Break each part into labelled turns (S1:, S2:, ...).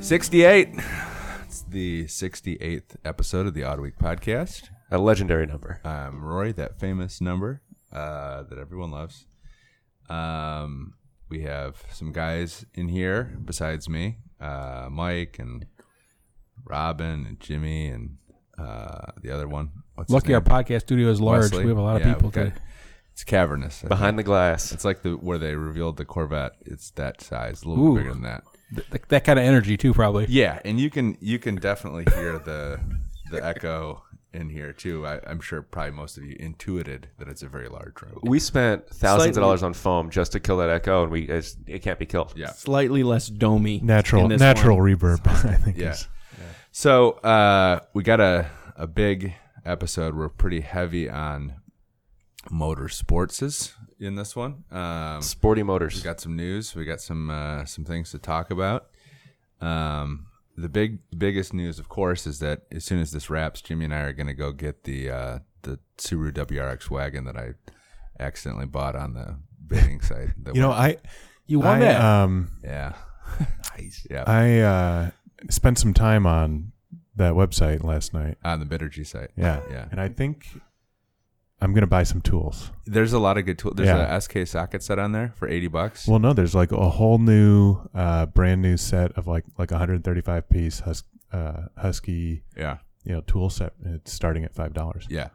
S1: 68. It's the 68th episode of the Odd Week podcast.
S2: A legendary number.
S1: I'm Rory, that famous number uh, that everyone loves. Um, we have some guys in here besides me uh, Mike and Robin and Jimmy and uh, the other one. What's his
S3: Lucky our
S1: name?
S3: podcast studio is large.
S1: Wesley?
S3: We have a lot of
S1: Yeah,
S3: people
S1: we've got-
S3: today.
S1: It's cavernous.
S2: Behind the glass.
S1: It's like the where they revealed the Corvette. It's that size, a little
S3: Ooh.
S1: bit bigger than that.
S3: Th- th- that kind of energy too, probably.
S1: Yeah, and you can you can definitely hear the the echo in here too. I, I'm sure probably most of you intuited that it's a very large room.
S2: We spent thousands
S4: Slightly-
S2: of dollars on foam just to kill that echo, and we it's, it can't be killed.
S1: Yeah.
S4: slightly less domey.
S5: natural
S4: in this
S5: natural
S4: one.
S5: reverb. I think.
S1: Yeah.
S5: is-
S1: So uh, we got a a big episode. We're pretty heavy on motor sportses in this one. Um,
S2: Sporty Motors.
S1: We got some news. We got some uh, some things to talk about. Um, the big biggest news, of course, is that as soon as this wraps, Jimmy and I are going to go get the uh, the Subaru WRX wagon that I accidentally bought on the bidding site. That
S5: You know,
S1: went-
S5: I
S3: You
S5: I,
S3: want that?
S5: um
S1: yeah, yeah,
S5: I uh spent some time on that website last night.
S1: on the Bittergy site.
S5: Yeah.
S1: yeah.
S5: And I think I'm gonna buy some tools.
S1: There's a lot of good tools. There's
S5: Yeah.
S1: a SK socket set on there for eighty bucks.
S5: Well, no, there's like a whole new, uh, brand new set of like like 135 piece hus- uh, husky,
S1: yeah,
S5: you know, tool set. It's starting at five dollars.
S1: yeah.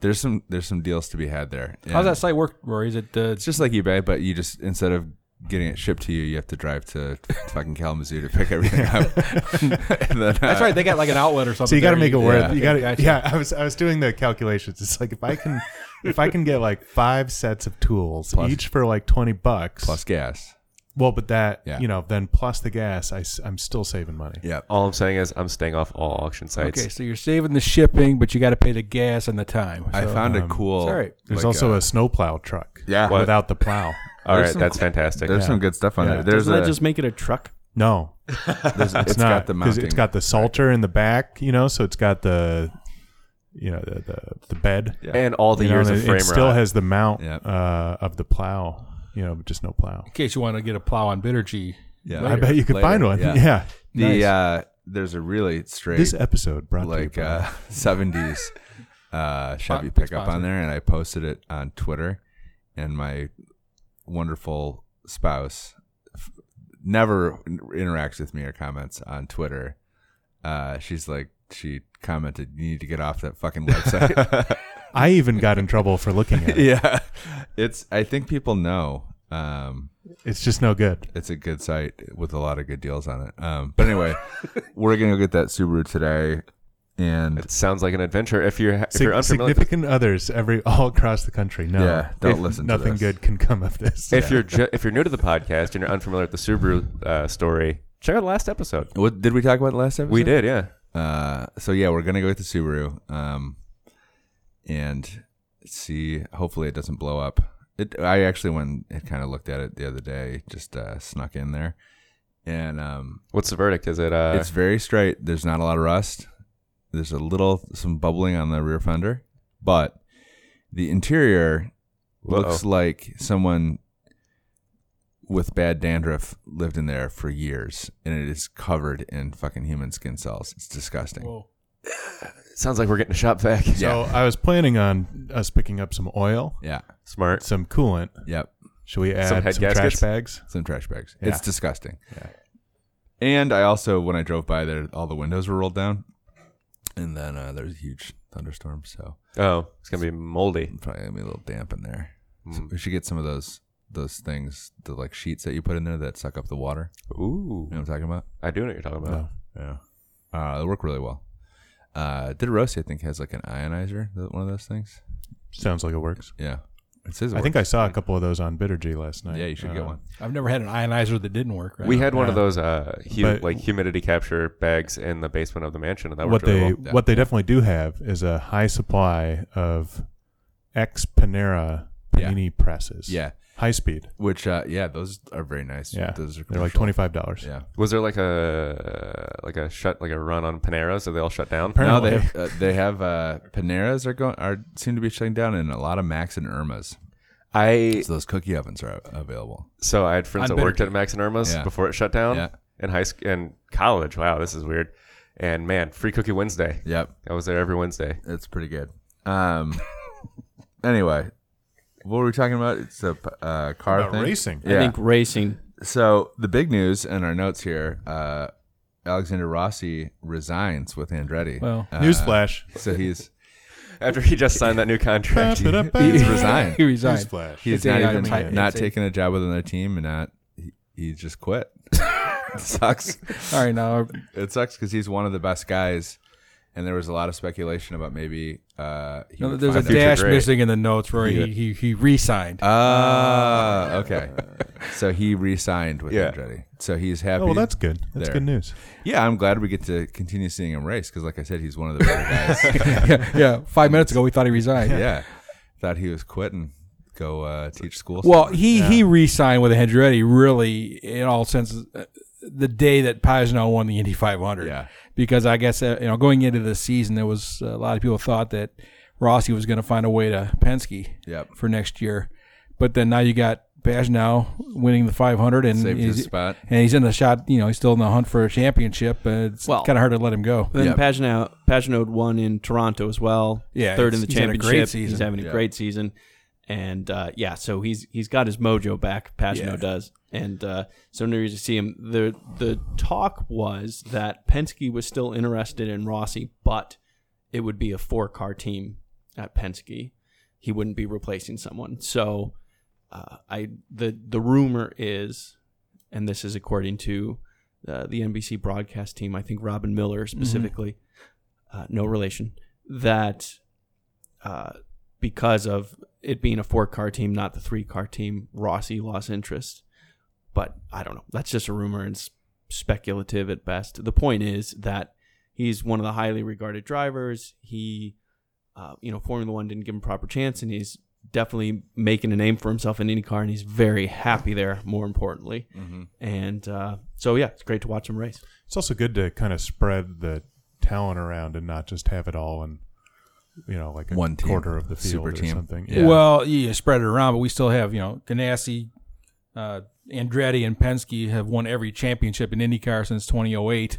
S1: There's some there's some deals to be had there.
S3: How's
S1: And-
S3: that site work, Rory? Is it uh,
S1: It's just like eBay, but you just instead of getting it shipped to you, you have to drive to fucking Kalamazoo to pick everything up. And then, uh,
S3: That's right. They got like an outlet or something.
S5: So you got to
S3: there.
S5: make it worth.
S1: yeah.
S5: You got to.
S3: Gotcha.
S5: Yeah, I was I was doing the calculations. It's like if I can, if I can get like five sets of tools
S1: Plus-
S5: each for like 20 bucks.
S1: Plus gas.
S5: Well, but that
S1: Yeah.
S5: you know, then plus the gas, I am still saving money.
S1: Yeah.
S2: All I'm saying is I'm staying off all auction sites.
S3: Okay, so you're saving the shipping, but you got to pay the gas and the time.
S1: I
S3: So-
S1: found a
S5: um,
S1: cool.
S3: it's all right.
S5: There's
S1: like,
S5: also
S1: uh,
S5: a snowplow truck.
S1: Yeah. What?
S5: without the plow.
S2: All
S1: There's
S2: right,
S1: some
S2: that's
S1: cool-
S2: fantastic.
S1: There's some good stuff on
S5: Yeah.
S1: there. There's
S4: Doesn't
S1: a,
S4: that just make it a truck?
S5: No,
S1: there's,
S5: it's,
S1: got
S5: not
S1: the
S5: because
S1: mounting.
S5: it's got the salter in the back. You know, so it's got the you know the the, the bed.
S1: Yeah.
S2: and all the
S5: you know,
S2: years
S5: and
S2: of
S5: it-
S2: frame
S5: it still
S2: rot.
S5: has the mount
S1: Yep.
S5: uh, of the plow. You know, but just no plow.
S3: in case you want to get a plow on Bittergy.
S1: Yeah.
S5: I bet you could
S1: Later,
S5: find one.
S1: yeah.
S5: Yeah.
S1: the
S3: Nice.
S1: uh, there's a really straight
S5: This episode brought
S1: like
S5: to you by-
S1: uh, 70s uh, Chevy
S3: Spot-
S1: pickup on
S3: sponsored.
S1: there, and I posted it on Twitter. And my wonderful spouse f- never n- interacts with me or comments on Twitter. Uh, she's like, she commented, "You need to get off that fucking website."
S5: I even got in trouble for looking at it.
S1: yeah, it's. I think people know. Um,
S5: It's just no good.
S1: it's a good site with a lot of good deals on it. Um, but anyway, we're gonna go get that Subaru today, and
S2: it sounds like an adventure if you're if
S5: Sig-
S2: you're unfamiliar.
S5: significant others every all across the country. No,
S1: Yeah, don't
S5: If
S1: listen to
S5: Nothing
S1: this.
S5: good can come of this.
S2: If you're ju- if you're new to the podcast and you're unfamiliar with the Subaru uh, story, check out the last episode.
S1: what did we talk about last episode?
S2: We did, yeah.
S1: Uh, so yeah, we're gonna go with the Subaru, um, and see. Hopefully, it doesn't blow up. It, I actually went and kind of looked at it the other day, just uh, snuck in there, and um,
S2: What's the verdict? Is it uh,
S1: it's very straight. There's not a lot of rust. There's a little some bubbling on the rear fender, but the interior looks
S2: Uh-oh.
S1: like someone with bad dandruff lived in there for years, and it is covered in fucking human skin cells. It's disgusting.
S3: Whoa.
S2: sounds like we're getting a shop vac.
S5: so, I was planning on us picking up some oil,
S1: Yeah.
S2: Smart.
S5: some coolant.
S1: Yep.
S5: Should we add
S2: Some
S5: some,
S2: head gaskets?
S5: trash bags?
S1: Some trash bags.
S5: Yeah.
S1: It's disgusting. And I also, when I drove by there, all the windows were rolled down. And then uh, there's a huge thunderstorm. So
S2: Oh, it's gonna be moldy.
S1: probably going to be a little damp in there. So
S5: Mm.
S1: we should get some of those those things, the like sheets that you put in there that suck up the water.
S2: Ooh,
S1: You know what I'm talking about?
S2: I do know what you're talking about.
S1: Yeah. Uh, they work really well. Uh, Did I think, has like an ionizer, th- one of those things.
S5: Sounds like it works.
S1: Yeah. It says it
S5: I think I
S1: works.
S5: saw a couple of those on Bittergy last night.
S1: Yeah, you should
S5: Uh,
S1: get one.
S3: I've never had an ionizer that didn't work. Right?
S2: We had one of those uh, hu-
S5: But-
S2: like humidity capture bags in the basement of the mansion, and that
S5: What
S2: worked really
S5: they
S2: well.
S5: what they definitely do have is a high supply of ex Panera
S1: Yeah.
S5: panini presses.
S1: Yeah.
S5: high speed.
S1: Which, uh, yeah, those are very nice.
S5: Yeah,
S1: Those are
S5: they're like
S1: commercial.
S5: twenty five dollars.
S1: Yeah.
S2: Was there like a like a shut like a run on Panera, so they all shut down?
S1: No, they
S5: Apparently.
S1: have, uh, they have uh, Paneras are going are seem to be shutting down, and a lot of Max and Irmas.
S2: I
S1: So those cookie ovens are available.
S2: so I had friends
S3: On
S2: that worked
S3: Bittergy.
S2: at Max and Irma's
S1: Yeah.
S2: before it shut down,
S1: Yeah.
S2: in high school and college. Wow, this is weird. And man, free cookie Wednesday.
S1: Yep.
S2: I was there every Wednesday.
S1: It's pretty good. Um. anyway, what were we talking about? It's a uh, car
S5: About
S1: thing.
S5: racing.
S1: Yeah.
S4: I think racing.
S1: so the big news in our notes here: uh, Alexander Rossi resigns with Andretti.
S3: Well,
S1: Uh,
S5: Newsflash.
S1: So he's
S2: After he just signed that new contract,
S1: he's resigned.
S3: he resigned.
S5: Newsflash.
S1: He's
S3: It's
S1: not
S3: AI
S1: even
S3: domain.
S1: not
S3: It's a-
S1: taking a job with another team, and not he, he just quit. it sucks.
S3: All right, now
S1: It sucks because he's one of the best guys, and there was a lot of speculation about maybe uh, he
S3: no,
S1: would
S3: there's a
S1: find out-
S3: dash
S2: great.
S3: missing in the notes, Rory.
S1: Yeah.
S3: He, he he resigned.
S1: Ah, okay. So he re-signed with
S2: Yeah.
S1: Andretti. So he's happy.
S5: Oh, well, that's good. That's
S1: There.
S5: good news.
S1: yeah. I'm glad we get to continue seeing him race because, like I said, he's one of the better guys.
S3: yeah, yeah, five minutes ago we thought he resigned.
S1: yeah, thought he was quitting, go uh, teach school.
S3: Well, he he re-signed with Andretti really in all senses uh, the day that Pagano won the Indy 500.
S1: Yeah.
S3: Because I guess uh, you know going into the season there was uh, a lot of people thought that Rossi was going to find a way to Penske
S1: Yep.
S3: for next year. But then now you got Pagano winning the 500 and
S1: saved his
S3: he's-
S1: spot.
S3: and he's in the shot, you know, he's still in the hunt for a championship, but it's
S4: Well-
S3: kind of hard to let him go.
S4: Then
S1: Yeah.
S4: Pagano Pagano won in Toronto as well.
S3: Yeah,
S4: third in
S3: he's-
S4: the
S3: he's had a
S4: championship.
S3: great season.
S4: He's having a
S1: Yeah.
S4: great season, and uh, yeah, so he's he's got his mojo back. Pagano
S3: Yeah.
S4: does, and uh, so no reason to see him. the The talk was that Penske was still interested in Rossi, but it would be a four car team at Penske. He wouldn't be replacing someone. So uh, I the the rumor is, and this is according to uh, the NBC broadcast team. I think Robin Miller specifically, uh, no relation. That uh, because of it being a four car team, not the three car team, Rossi lost interest. But I don't know. That's just a rumor and s- speculative at best. The point is that he's one of the highly regarded drivers. He, uh, you know, Formula One didn't give him proper chance, and he's definitely making a name for himself in IndyCar, and he's very happy there. More importantly,
S3: Mm-hmm.
S1: hmm
S4: and uh, so yeah, it's great to watch him race.
S5: It's also good to kind of spread the talent around and not just have it all in, you know, like a
S1: One team.
S5: quarter of the field
S1: Super
S5: or
S1: team.
S5: something.
S1: Yeah.
S3: Well, you spread it around, but we still have, you know, Ganassi, uh, Andretti, and Penske have won every championship in IndyCar since 2008.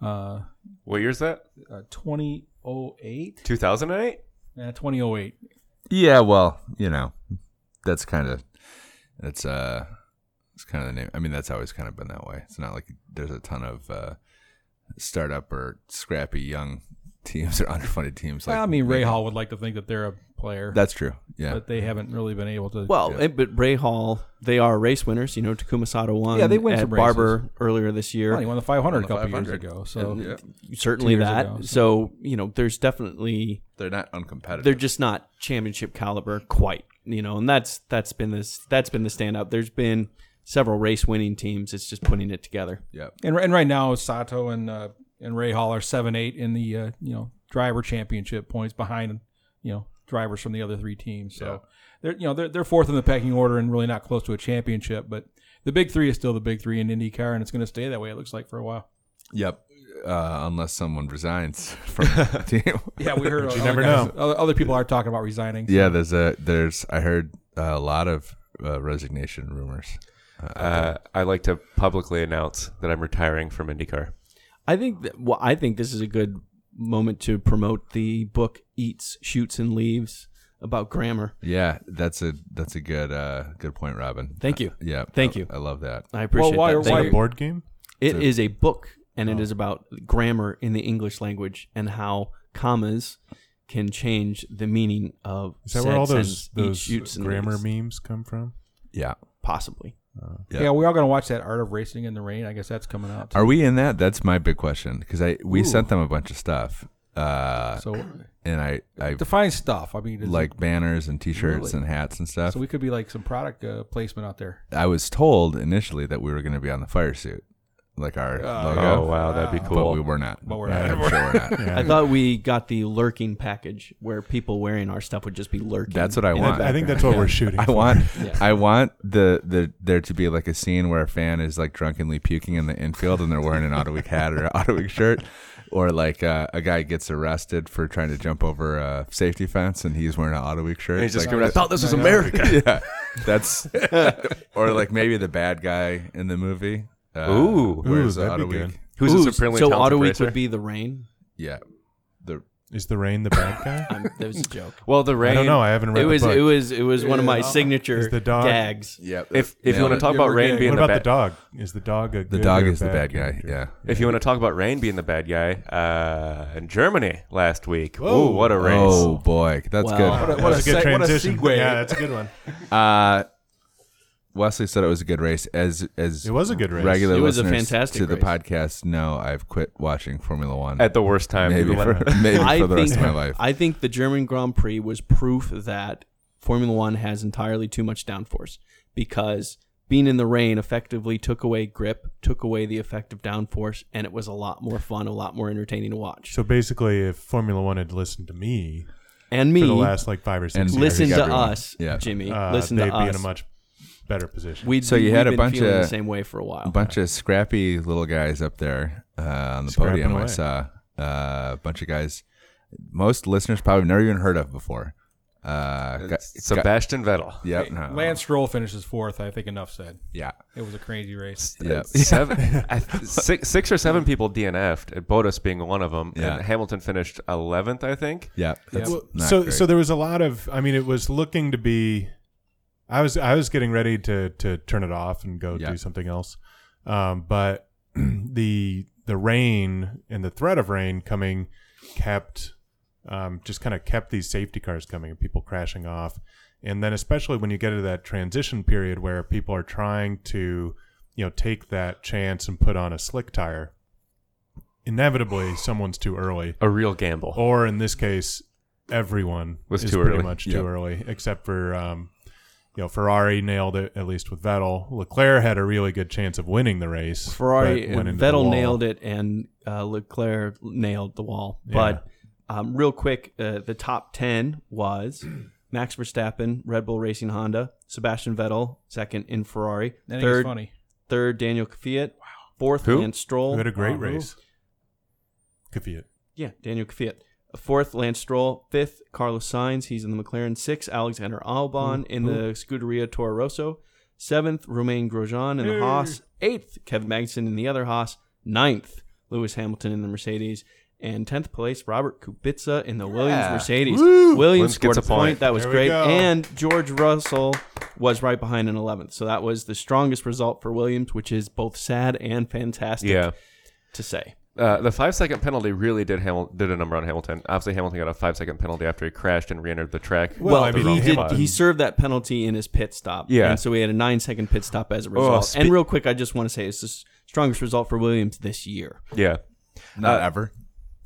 S3: Uh,
S2: what year's that?
S3: uh, 2008?
S2: Two thousand and eight.
S3: Yeah, 2008.
S1: Yeah, well, you know, that's kind of that's uh that's kind of the name. I mean, that's always kind of been that way. It's not like there's a ton of uh startup or scrappy young teams or underfunded teams. Like
S3: Well, I mean, Ray Hall would like to think that they're a player,
S1: That's true. Yeah,
S3: but they haven't really been able to.
S4: Well,
S1: Yeah.
S4: eh, but Ray Hall, they are race winners. You know, Takuma Sato won.
S3: Yeah, they win
S4: at
S3: some races.
S4: Barber earlier this year.
S3: Well, he won the 500
S1: Won
S3: a
S1: the
S3: couple
S1: 500.
S3: years ago. So,
S1: Yeah.
S4: Certainly
S3: two years
S4: that.
S3: ago, so-
S4: so. you know, there's definitely
S1: they're not uncompetitive.
S4: they're just not championship caliber quite. You know, and that's that's been this that's been the standout. There's been several race winning teams. It's just putting it together.
S1: yep.
S3: and, and right now, Sato and uh, and Ray Hall are seven eight in the uh, you know driver championship points behind you know drivers from the other three teams. So they're you know they're they're fourth in the pecking order and really not close to a championship. But the big three is still the big three in IndyCar, and it's going to stay that way. It looks like for a while.
S1: Yep. Uh, unless someone resigns from the team.
S3: Yeah, we heard.
S5: you never know.
S3: Other, other people are talking about resigning.
S1: Yeah, there's a there's I heard a lot of uh, resignation rumors.
S2: Uh, I like to publicly announce that I'm retiring from IndyCar.
S4: I think that, well, I think this is a good moment to promote the book Eats, Shoots, and Leaves about grammar.
S1: Yeah, that's a that's a good uh good point, Robin.
S4: Thank you.
S1: Yeah.
S4: Thank
S1: I-
S4: you.
S1: I love that.
S4: I appreciate
S3: while you're-
S4: that. Thank
S3: while
S4: you.
S5: A board game?
S4: It is a book, and
S2: Oh.
S4: it is about grammar in the English language and how commas can change the meaning of.
S5: Is that
S4: said
S5: where all
S4: sentence,
S5: those
S4: each
S5: those
S4: shoots and
S5: grammar
S4: leaves.
S5: memes come from?
S1: Yeah.
S4: Possibly.
S1: Yeah.
S3: Yeah, we are going to watch that Art of Racing in the Rain. I guess that's coming out.
S1: Are we in that? That's my big question because I we sent them a bunch of stuff, uh,
S3: so
S1: and I I
S3: define stuff. I mean, like
S1: like banners and T-shirts and hats and
S5: uh,
S1: stuff.
S3: so we could be like some product uh, placement out there.
S1: I was told initially that we were going to be on the fire suit, like our
S2: Oh
S1: logo,
S2: wow, that'd be
S1: but
S2: cool.
S1: we were not.
S3: But we're
S1: Yeah,
S3: not.
S1: I'm sure we're not.
S5: Yeah.
S4: I thought we got the lurking package where people wearing our stuff would just be lurking.
S1: That's what I
S5: I,
S1: want.
S5: I think that's what we're shooting.
S1: I
S5: for.
S1: want,
S4: Yeah.
S1: I want the, the there to be like a scene where a fan is like drunkenly puking in the infield, and they're wearing an Auto Week hat or an Auto Week shirt, or like uh, a guy gets arrested for trying to jump over a safety fence, and he's wearing an Auto Week shirt.
S2: And he's just
S1: Like,
S2: going. I thought this was America.
S1: yeah, that's or like maybe the bad guy in the movie Uh,
S2: Ooh.
S1: where's
S5: Ooh, that'd be
S1: Auto Week?
S5: good.
S2: Who's
S4: Ooh,
S2: a supremely
S4: so
S2: talented
S4: Auto Week
S2: racer?
S4: would be the rain.
S1: Yeah, the
S5: Is the rain the bad guy?
S4: I'm, that was a joke.
S2: well, the rain.
S5: I don't know. I haven't read
S4: it
S5: the
S4: was
S5: book.
S4: it was it was one of my
S3: Yeah.
S4: signature
S5: Is the dog-
S4: gags.
S1: yeah.
S2: If if you
S1: nailed
S2: want to
S1: it.
S2: talk about rain
S3: getting-
S2: being the
S5: what about
S2: bad,
S5: the dog? Is the dog a
S1: the
S5: good
S1: dog
S5: or
S1: is the bad guy.
S5: character?
S1: Yeah.
S2: if you want to talk about rain being the bad guy, uh, in Germany last week. Ooh, what a race!
S1: Oh boy, that's
S4: Wow.
S1: good.
S4: What
S3: What a,
S5: That
S3: what a,
S5: was a good
S3: seg- what a
S5: transition.
S3: segue.
S5: Yeah, that's a good one.
S1: Uh, Wesley said it was a good race. As as
S5: It was a good race.
S1: regular
S4: It was a
S1: listeners
S4: fantastic
S1: to the
S4: race.
S1: podcast know, I've quit watching Formula One
S2: At the worst time,
S1: maybe
S2: you
S1: for,
S2: let-
S1: maybe
S4: I
S1: for the rest of
S4: think-
S1: my life.
S4: I think the German Grand Prix was proof that Formula One has entirely too much downforce because being in the rain effectively took away grip, took away the effect of downforce, and it was a lot more fun, a lot more entertaining to watch.
S5: So basically, if Formula One had listened to me,
S4: And
S5: for the
S4: me,
S5: last like five or
S1: And
S5: six, years,
S4: listen
S1: Eric,
S4: to
S1: everyone.
S4: us,
S1: Yeah.
S4: Jimmy.
S5: uh,
S4: listen
S5: they'd
S4: to
S5: be
S4: us.
S5: in a much better position.
S4: We'd,
S1: So you
S4: we've
S1: had a
S4: been
S1: bunch
S4: feeling the
S1: of-
S4: same way for a while.
S1: a bunch of scrappy little guys up there uh, on the
S5: Scrapping
S1: podium. I
S5: away.
S1: saw uh, a bunch of guys. Most listeners probably never even heard of before. Uh, got- got-
S2: Sebastian Vettel.
S1: Yep. No.
S3: Lance Stroll finishes fourth. I think enough said.
S1: Yeah.
S3: It was a crazy race.
S1: Yep.
S2: Seven, I th- six, six or seven people DNF'd, and Botas uh, being one of them.
S1: Yeah.
S2: And Hamilton finished 11th, I think.
S1: Yeah. That's
S5: Well,
S1: not
S5: so
S1: great.
S5: so there was a lot of I mean it was looking to be I was I was getting ready to to turn it off and go
S1: Yeah.
S5: do something else. Um, but the the rain and the threat of rain coming kept um, just kind of kept these safety cars coming and people crashing off. And then especially when you get into that transition period where people are trying to, you know, take that chance and put on a slick tire, inevitably someone's too early
S2: A real gamble.
S5: or in this case, everyone
S2: Was
S5: is
S2: too
S5: pretty
S2: early.
S5: much
S1: Yeah.
S5: too early, except for um, you know Ferrari nailed it at least with Vettel. Leclerc had a really good chance of winning the race.
S4: Ferrari,
S5: but went into the
S4: Vettel
S5: wall.
S4: nailed it, and uh, Leclerc nailed the wall.
S5: Yeah.
S4: But um, real quick, uh, the top 10 was Max Verstappen, Red Bull Racing Honda, Sebastian Vettel, second in Ferrari,
S3: I think it's
S4: third,
S3: funny.
S4: third Daniel Kvyat, fourth
S2: Who?
S4: Lance
S5: Who
S4: Stroll.
S5: had a great
S4: Uh, who?
S5: race. Kvyat.
S4: Yeah, Daniel Kvyat. Fourth, Lance Stroll. Fifth, Carlos Sainz. He's in the McLaren. Sixth, Alexander Albon
S2: Mm-hmm.
S4: in the Scuderia Toro Rosso. Seventh, Romain Grosjean in the Haas. Eighth, Kevin Magnussen in the other Haas. Ninth, Lewis Hamilton in the Mercedes. And tenth place, Robert Kubica in the Williams Mercedes. Williams
S2: Williams
S4: scored
S2: gets
S4: a
S2: a
S4: point.
S2: point.
S4: That was
S5: There we
S4: great.
S5: go.
S4: And George Russell was right behind in eleventh. So that was the strongest result for Williams, which is both sad and fantastic
S2: Yeah.
S4: to say.
S2: Uh, the five second penalty really did Hamil- did a number on Hamilton. Obviously, Hamilton got a five second penalty after he crashed and re entered the track.
S5: Well,
S4: Well,
S5: I mean,
S4: he
S5: he
S4: did.
S5: had-
S4: He served that penalty in his pit stop.
S2: Yeah. Oh,
S4: and so we had a nine second pit stop as a result.
S2: spe-
S4: and real quick, I just want to say it's the s- strongest result for Williams this year.
S2: Yeah.
S1: not ever.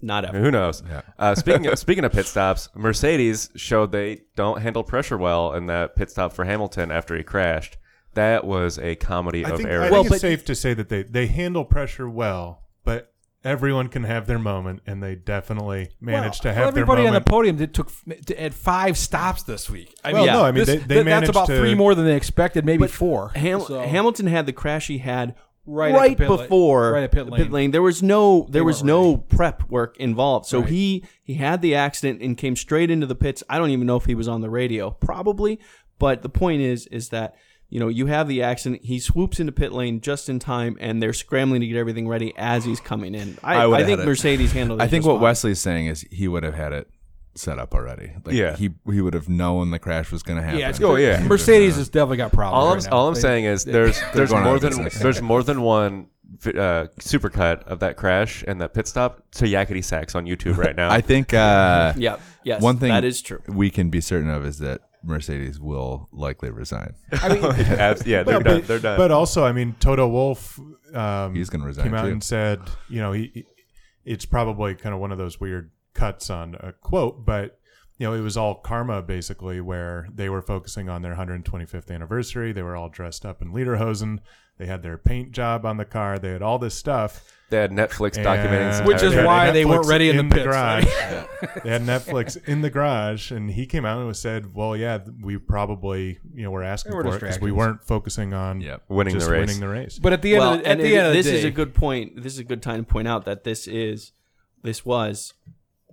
S4: Not ever.
S2: Who knows? Uh, speaking of, speaking of pit stops, Mercedes showed they don't handle pressure well in that pit stop for Hamilton after he crashed. That was a comedy
S5: I
S2: of
S5: think, I
S2: errors.
S5: think
S4: Well,
S5: it's
S4: but-
S5: safe to say that they they handle pressure well, but everyone can have their moment, and they definitely managed
S3: Well,
S5: to have their
S3: everybody
S5: moment.
S3: on the podium did took f- to add five stops this week. I
S5: Well, no, I mean, they- they
S3: th- that's
S5: managed
S3: about
S5: to-
S3: three more than they expected, maybe
S4: But
S3: four.
S4: Ham-
S3: So-
S4: Hamilton had the crash he had
S3: Right
S4: right,
S3: at the pit lane-
S4: before
S3: right at pit
S4: the
S3: lane.
S4: There was no there was
S3: weren't
S4: no prep work involved. So
S3: Right.
S4: he he had the accident and came straight into the pits. I don't even know if he was on the radio, probably. But the point is is that you know you have the accident. He swoops into pit lane just in time, and they're scrambling to get everything ready as he's coming in. I,
S1: I
S4: I,
S1: would've
S4: think
S1: had it.
S4: Mercedes handled. it
S1: I think
S4: just
S1: what
S4: fine.
S1: Wesley's saying is he would have had it set up already. Like
S2: Yeah.
S1: he he would have known the crash was going to happen.
S3: yeah, it's
S2: Oh, yeah.
S3: Mercedes has definitely got problems.
S2: all I'm,
S3: right now.
S2: all I'm
S3: They-
S2: saying is there's there's
S1: going out
S2: more
S1: of
S2: than
S1: business.
S2: there's more than one vi- uh, supercut of that crash and that pit stop to yakety sax on YouTube right now.
S1: I think uh,
S4: Yeah. Yes.
S1: one thing
S4: that is true.
S1: we can be certain of is that Mercedes will likely resign.
S2: Abs- yeah, they're
S5: Well,
S2: done.
S5: But,
S2: They're done.
S5: but also, I mean, Toto Wolf um,
S1: He's gonna resign,
S5: Came out
S1: too.
S5: and said, you know, he, he- it's probably kind of one of those weird cuts on a quote, but you know, it was all karma basically, where they were focusing on their 125th anniversary. They were all dressed up in lederhosen. They had their paint job on the car. They had all this stuff.
S2: they had Netflix documenting,
S5: And-
S2: some
S3: Which is
S5: they had
S3: why they
S5: Netflix
S3: weren't ready in the pits.
S5: garage. they had Netflix in the garage, and he came out and was said, "Well, yeah, th- we probably you know were asking
S3: There were
S5: for it because we
S3: distractions.
S5: weren't focusing on
S1: Yep.
S2: winning
S5: just
S2: the race.
S5: winning the race."
S3: But at the end,
S4: Well,
S3: of the, at
S4: and
S3: the
S4: it-
S3: end of the
S4: this
S3: day,
S4: is a good point. This is a good time to point out that this is, this was,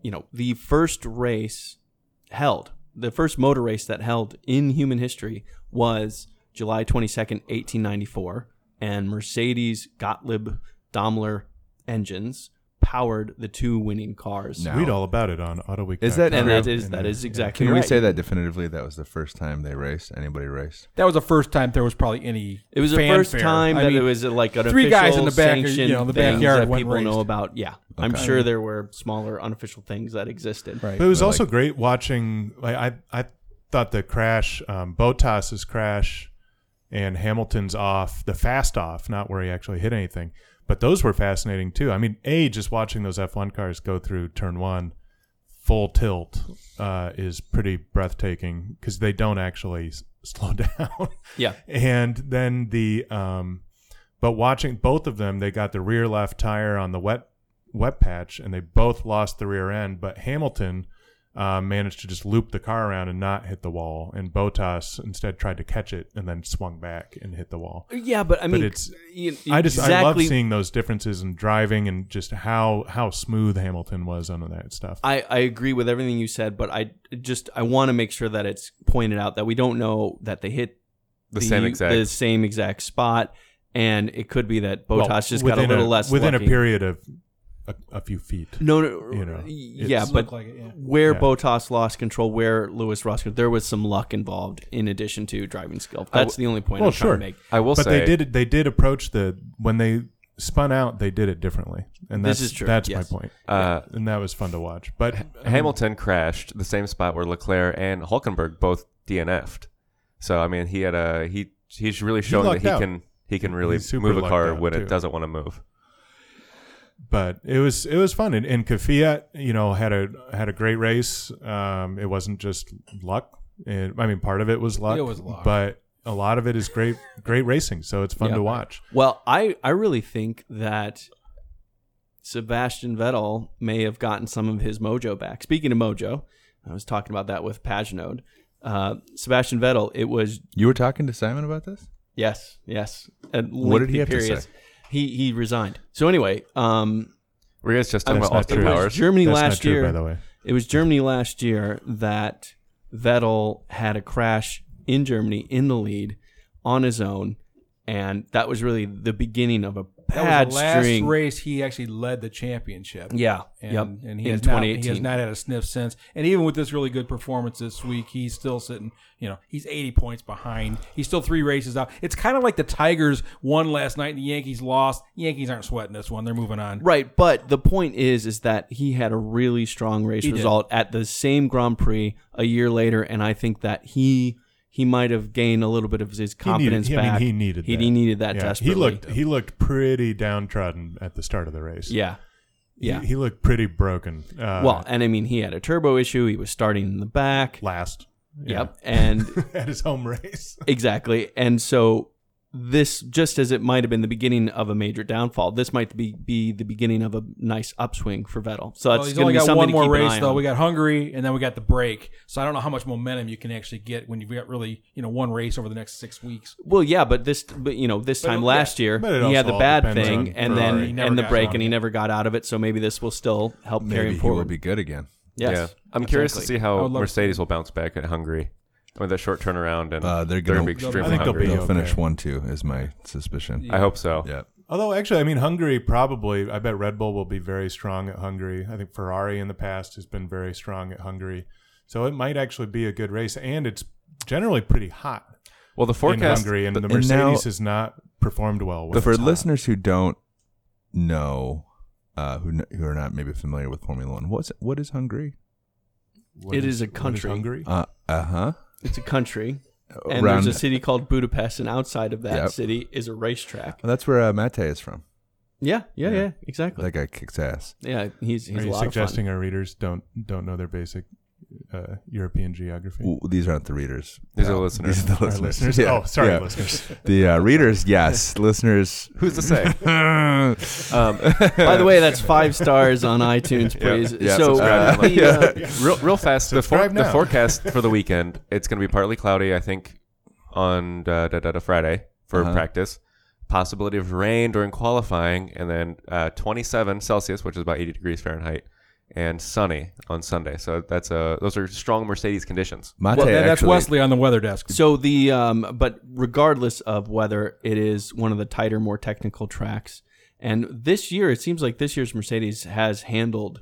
S4: you know, the first race held, the first motor race that held in human history was July twenty second, eighteen ninety four, and Mercedes Gottlieb Daimler engines powered the two winning cars.
S1: No.
S5: Read all about it on AutoWeek.
S1: Is that
S4: And
S1: True.
S4: that is that is exactly
S1: Can we
S4: right.
S1: say that definitively? That was the first time they raced. Anybody raced?
S3: That was the first time there was probably any.
S4: It was the
S3: fanfare.
S4: first time
S3: I
S4: that
S3: mean,
S4: it was uh, like an
S3: three
S4: official
S3: guys in the back, you
S4: sanctioned
S3: know, the
S4: thing
S3: backyard
S4: that
S3: went
S4: people know
S3: raised.
S4: about. Yeah, I'm sure there were smaller unofficial things that existed.
S3: Right.
S5: But it was
S1: But,
S5: also great watching. Like I, I thought the crash, um, Botas's crash, and Hamilton's off the fast off, not where he actually hit anything. But those were fascinating too. I mean, a just watching those F1 cars go through turn one, full tilt, uh, is pretty breathtaking because they don't actually s- slow down.
S4: Yeah.
S5: and then the um, but watching both of them, they got the rear left tire on the wet wet patch, and they both lost the rear end. But Hamilton uh, managed to just loop the car around and not hit the wall, and Botas instead tried to catch it and then swung back and hit the wall.
S4: Yeah, but I mean,
S5: it's-
S4: you-
S5: I just I love
S4: exactly-
S5: seeing those differences in driving and just how how smooth Hamilton was on that stuff.
S4: I, I agree with everything you said, but I just I want to make sure that it's pointed out that we don't know that they hit
S2: The same exact-
S4: the same exact spot, and it could be that Botas
S5: Well,
S4: just got a
S5: within
S4: little less
S5: within
S4: lucky.
S5: a period of a, a few feet.
S4: No, no,
S5: you know,
S4: yeah,
S5: it's-
S4: but
S3: Looked like it, yeah.
S4: where
S5: Yeah.
S4: Botas lost control, where Lewis lost control, there was some luck involved in addition to driving skill. That's the only point
S5: well,
S4: I'm trying
S5: sure.
S4: to make.
S2: I will
S5: but
S2: say
S5: they did they did approach the when they spun out they did it differently and
S4: This is
S5: that's
S4: true,
S5: that's
S4: yes.
S5: my point
S2: Uh,
S5: and that was fun to watch but
S2: Hamilton crashed the same spot where Leclerc and Hulkenberg both DNF'd. So I mean, he had a he he's really shown that
S5: lucked
S2: he
S5: out.
S2: can he can really
S5: He's super
S2: move a
S5: lucked
S2: car
S5: out,
S2: when
S5: too.
S2: it doesn't want to move.
S5: but it was it was fun and, and Kvyat you know had a had a great race um it wasn't just luck and I mean part of it was luck
S3: It was luck.
S5: but a lot of it is great great racing so it's fun
S4: Yeah.
S5: to watch
S4: Well, I, I really think that Sebastian Vettel may have gotten some of his mojo back. Speaking of mojo, I was talking about that with Paginode. Uh, Sebastian Vettel, it was
S1: You were talking to Simon about this?
S4: yes, yes. At
S1: What did
S4: lengthy
S1: he have to
S4: periods.
S1: say?
S4: He he resigned. So anyway, um,
S2: Were you guys just talking
S5: That's
S2: about
S5: not
S2: Austin
S5: true.
S4: it was
S2: Powers?
S4: Germany
S5: That's
S4: last
S5: not true,
S4: year.
S5: by the way
S4: It was Germany last year that Vettel had a crash in Germany in the lead on his own, and that was really the beginning of a
S3: That
S4: bad
S3: was the last
S4: string.
S3: race he actually led the championship.
S4: Yeah.
S3: And,
S4: yep.
S3: and he,
S4: in
S3: has not,
S4: 2018.
S3: he has not had a sniff since. And even with this really good performance this week, he's still sitting, you know, he's 80 points behind. He's still three races out. It's kind of like the Tigers won last night and the Yankees lost. Yankees aren't sweating this one. They're moving on.
S4: Right, but the point is, is that he had a really strong race
S3: did.
S4: result at the same Grand Prix a year later, and I think that he he might have gained a little bit of his confidence
S5: he- I mean,
S4: back.
S5: he needed
S4: he
S5: that.
S4: needed that
S5: yeah
S4: desperately.
S5: he looked he looked pretty downtrodden at the start of the race
S4: yeah, yeah.
S5: he, he looked pretty broken uh,
S4: well, and I mean, he had a turbo issue. He was starting in the back.
S5: last
S4: Yep, and
S5: at his home race.
S4: Exactly. And so this just as it might have been the beginning of a major downfall, this might be, be the beginning of a nice upswing for Vettel. So
S3: well,
S4: that's
S3: he's
S4: going
S3: only
S4: to be
S3: got
S4: something
S3: one
S4: to
S3: more
S4: keep
S3: race
S4: an eye
S3: though.
S4: on.
S3: We got Hungary, and then we got the break. So I don't know how much momentum you can actually get when you've got really, you know, one race over the next six weeks.
S4: well, yeah, but this, but you know, this time
S3: it-
S4: last year
S5: But it
S4: he had
S5: also
S4: the
S5: all
S4: bad
S5: depends
S4: thing,
S5: on
S4: and
S5: Ferrari.
S3: He
S4: then
S3: never
S4: and the
S3: got
S4: break,
S3: out
S4: and he never got out of it. So maybe this will still help carry
S1: Maybe
S4: him
S1: he will
S4: forward.
S1: be good again.
S4: yes.
S2: yeah, I'm curious to
S4: exactly.
S2: see
S3: I
S2: how
S3: would love to
S2: Mercedes will bounce back at Hungary. I mean, that short turnaround and
S1: Uh, they're
S2: they're
S1: gonna-
S2: gonna be
S5: I
S2: extremely
S5: think they'll
S2: hungry.
S5: be
S1: They'll finish
S5: okay.
S1: one two is my suspicion.
S2: I hope so.
S1: Yeah.
S5: Although, actually, I mean, Hungary probably, I bet Red Bull will be very strong at Hungary. I think Ferrari in the past has been very strong at Hungary. So it might actually be a good race. And it's generally pretty hot
S2: Well, the forecast
S5: in Hungary. And the
S1: and
S5: Mercedes
S1: now-
S5: has not performed well. When
S1: for
S5: it's hot.
S1: listeners who don't know, uh, who kn- who are not maybe familiar with Formula One, what's what is Hungary?
S5: What
S4: It is a
S5: what
S4: country.
S5: Hungary?
S1: Uh huh.
S4: It's a country, and there's a city called Budapest, and outside of that
S1: Uh, Yep.
S4: city is a racetrack.
S1: that's where uh, Mate is from.
S4: Yeah, yeah, yeah,
S1: Yeah.
S4: exactly.
S1: That guy kicks ass.
S4: yeah, he's he's
S5: Are
S4: a
S5: you
S4: lot
S5: suggesting our readers don't don't know their basic uh, European geography?
S1: Ooh, these aren't the readers.
S2: These are
S1: Yeah. These
S2: listeners.
S1: are the
S5: Our
S1: listeners.
S5: listeners?
S1: Yeah.
S5: Oh, sorry,
S1: Yeah.
S5: listeners.
S1: The uh, readers, yes. listeners.
S2: Who's to say? um,
S4: of fun. By the way, that's five stars on iTunes, please.
S1: yeah,
S4: so
S1: subscribe.
S4: uh, the, uh,
S2: real, real fast. The, for,
S5: Subscribe
S2: the
S5: now.
S2: forecast for the weekend, it's going to be partly cloudy. I think on uh, da, da, da, Friday for
S1: Uh-huh.
S2: practice. Possibility of rain during qualifying, and then uh, 27 Celsius, which is about 80 degrees Fahrenheit, and sunny on Sunday. So that's a those are strong Mercedes conditions.
S1: Mate
S3: Well, that- that's
S1: actually,
S3: Wesley on the weather desk.
S4: So the um, but regardless of whether it is one of the tighter, more technical tracks, and this year it seems like this year's Mercedes has handled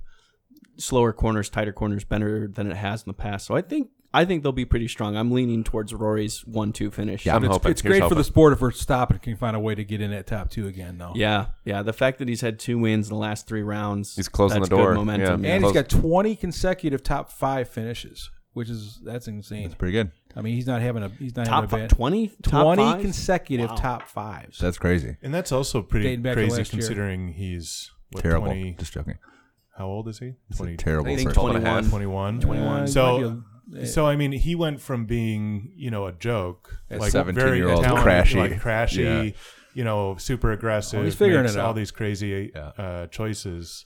S4: slower corners, tighter corners better than it has in the past. So I think I think they'll be pretty strong. I'm leaning towards Rory's one-two finish.
S2: Yeah, I'm
S3: it's,
S2: hoping.
S3: it's
S2: Here's
S3: great for
S2: hoping.
S3: the sport if we're stopping can find a way to get in at top two again, though.
S4: yeah, yeah. The fact that he's had two wins in the last three rounds,
S2: He's closing
S4: that's
S2: the door.
S4: Good momentum.
S2: Yeah.
S4: yeah.
S3: And he's got 20 consecutive top five finishes, which is that's insane.
S1: That's pretty good.
S3: I mean, he's not having a he's not
S4: Top
S3: having a
S4: fi-
S3: bad
S4: 20? Top
S3: 20
S4: five?
S3: consecutive top fives.
S1: That's crazy.
S5: And that's also pretty
S3: Dating back to
S5: crazy
S3: last year.
S5: considering he's what,
S1: terrible.
S5: 20,
S1: Just joking.
S5: how old is he?
S1: It's a
S5: 20,
S1: terrible.
S4: I think
S1: Person.
S2: 12 and a half.
S4: 21.
S5: 21.
S3: Uh, he might
S5: so,
S3: be a-
S5: so I mean, he went from being you know a joke,
S1: A
S5: like
S1: 17
S5: very
S1: year old
S5: talented,
S1: crashy.
S5: like crashy,
S1: Yeah.
S5: you know, super aggressive.
S3: Oh, he's figuring
S5: makes
S3: it
S5: All
S3: out.
S5: these crazy
S1: Yeah.
S5: uh, choices,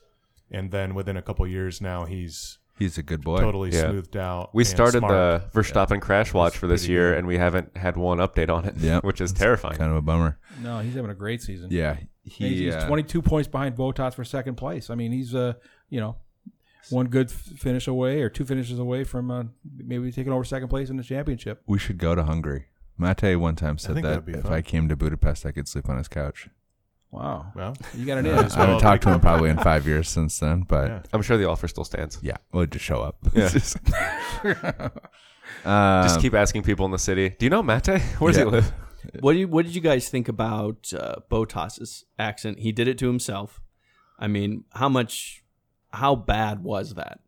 S5: and then within a couple years now, he's
S1: He's a good boy.
S5: totally
S2: Yeah.
S5: smoothed out.
S2: We
S5: and
S2: started
S5: smart.
S2: the Verstappen crash watch for this
S5: pretty
S2: year,
S5: good.
S2: and we haven't had one update on it,
S1: Yeah.
S2: which is terrifying.
S1: Kind of a bummer.
S3: no, he's having a great season.
S1: Yeah.
S3: He's-
S1: He,
S3: he's
S1: uh,
S3: 22 points behind Botas for second place. I mean, he's uh, you know, one good f- finish away or two finishes away from uh, maybe taking over second place in the championship.
S1: We should go to Hungary. Mate one time said
S5: think
S1: that
S5: that'd be
S1: if
S5: fun.
S1: I came to Budapest, I could sleep on his couch.
S3: Wow,
S5: Well,
S3: you got an
S1: Uh,
S3: in.
S5: as
S1: I haven't
S5: well.
S1: talked to him probably in five years since then, but yeah,
S5: Yeah.
S2: I'm sure the offer still stands.
S1: we'll just show up.
S2: Yeah.
S1: Just-
S2: Just
S1: Um,
S2: keep asking people in the city. Do you know Mate? Where does
S1: Yeah.
S2: he live?
S4: What do you, what did you guys think about uh, Botas's accent? He did it to himself. I mean, how much, how bad was that?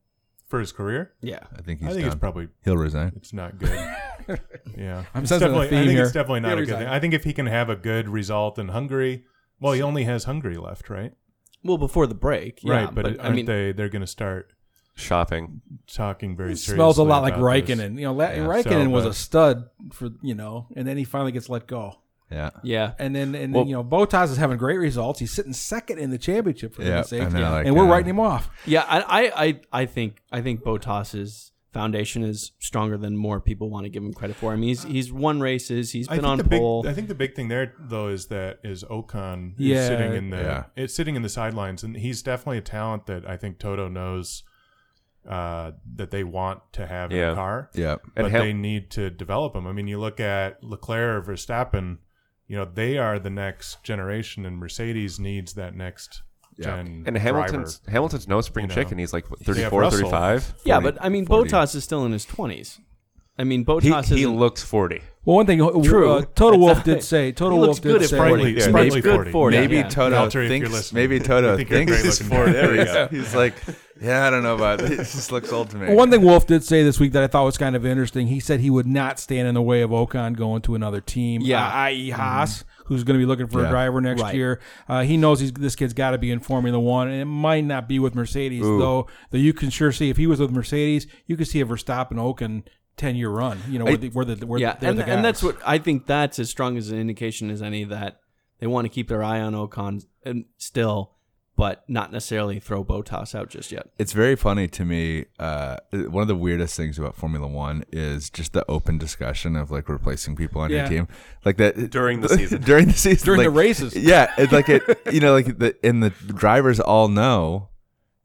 S5: for his career,
S4: Yeah,
S1: I think he's
S5: I think
S1: done.
S5: it's probably
S1: He'll resign.
S5: it's not good. yeah,
S3: I'm
S5: it's
S3: sensing a
S5: definitely. I
S3: theme
S5: think
S3: here.
S5: it's definitely not
S3: He'll
S5: a good
S3: resign.
S5: thing. I think if he can have a good result in Hungary, well, he only has Hungary left, right?
S4: well, before the break, yeah,
S5: right, but,
S4: I
S5: aren't
S4: mean,
S5: they? They're going to start
S2: Shopping.
S5: talking very
S3: It
S5: seriously.
S3: smells a lot like
S5: about this.
S3: Raikkonen. You know, La-
S1: Yeah,
S3: Raikkonen
S5: so, uh,
S3: was
S5: but-
S3: a stud for you know, and then he finally gets let go.
S1: Yeah.
S4: yeah,
S3: And then and
S2: Well-
S3: then, you know, Botas is having great results. He's sitting second in the championship for
S1: Yeah,
S3: goodness sake,
S1: and
S3: and,
S1: they're like,
S3: we're
S1: uh,
S3: writing him off.
S4: yeah. I, I, I, I think I think Botas's foundation is stronger than more people want to give him credit for. I mean, he's he's won races, he's
S5: I
S4: been
S5: think,
S4: on
S5: the big,
S4: pole.
S5: I think the big thing there though is that is Ocon is
S3: Yeah.
S5: sitting in the
S1: Yeah.
S5: it's sitting in the sidelines and he's definitely a talent that I think Toto knows uh, that they want to have in
S2: Yeah.
S5: a car.
S1: Yeah.
S5: But
S2: And Ham-
S5: they need to develop him. I mean, you look at Leclerc or Verstappen, you know, they are the next generation and Mercedes needs that next
S1: Yeah.
S5: gen.
S2: And
S5: driver.
S2: Hamilton's Hamilton's no spring
S5: You know.
S2: chicken. He's like what,
S5: Yeah,
S2: 34,
S5: Russell.
S2: 35.
S4: yeah,
S1: 40,
S4: but I mean,
S1: 40.
S4: Botas is still in his twenties. I mean,
S2: He,
S4: Botas
S2: he
S4: is
S2: looks 40.
S3: Well, one thing,
S4: True.
S3: Uh, Total
S4: That's
S3: Wolf
S4: not-
S3: did say. Total
S4: He
S3: Wolf
S4: looks good
S3: did
S4: at
S3: say.
S5: 40. Yeah.
S4: Maybe
S5: Sprightly
S4: good
S5: 40.
S4: for
S1: Maybe
S4: yeah.
S1: Toto
S5: Valtteri, if you're
S1: thinks.
S5: listening,
S1: Maybe Toto
S5: I think you're a
S1: thinks
S5: great
S1: he's
S5: looking
S1: forty.
S5: guy.
S1: There we go. He's like, yeah, I don't know about this. This just looks old to me.
S3: One thing Wolf did say this week that I thought was kind of interesting. He said he would not stand in the way of Ocon going to another team.
S4: Yeah. Mm-hmm.
S3: uh, i.e. Haas, who's going to be looking for
S1: Yeah.
S3: a driver next
S4: Right.
S3: year. Uh, he knows he's, this kid's got to be in Formula One, and it might not be with Mercedes though. Though you can sure see if he was with Mercedes, you could see a Verstappen Ocon ten year run. You know where the where the where
S4: yeah,
S3: they're
S4: and,
S3: the guys.
S4: and that's what I think. That's as strong as an indication as any that they want to keep their eye on Ocon and still, but not necessarily throw Botas out just yet.
S1: it's very funny to me. Uh, one of the weirdest things about Formula One is just the open discussion of like replacing people on your
S3: Yeah.
S1: team, like that
S2: During the season.
S1: during the season,
S3: During the
S1: like-
S3: races.
S1: Yeah, it's like it, you know, like the and the drivers all know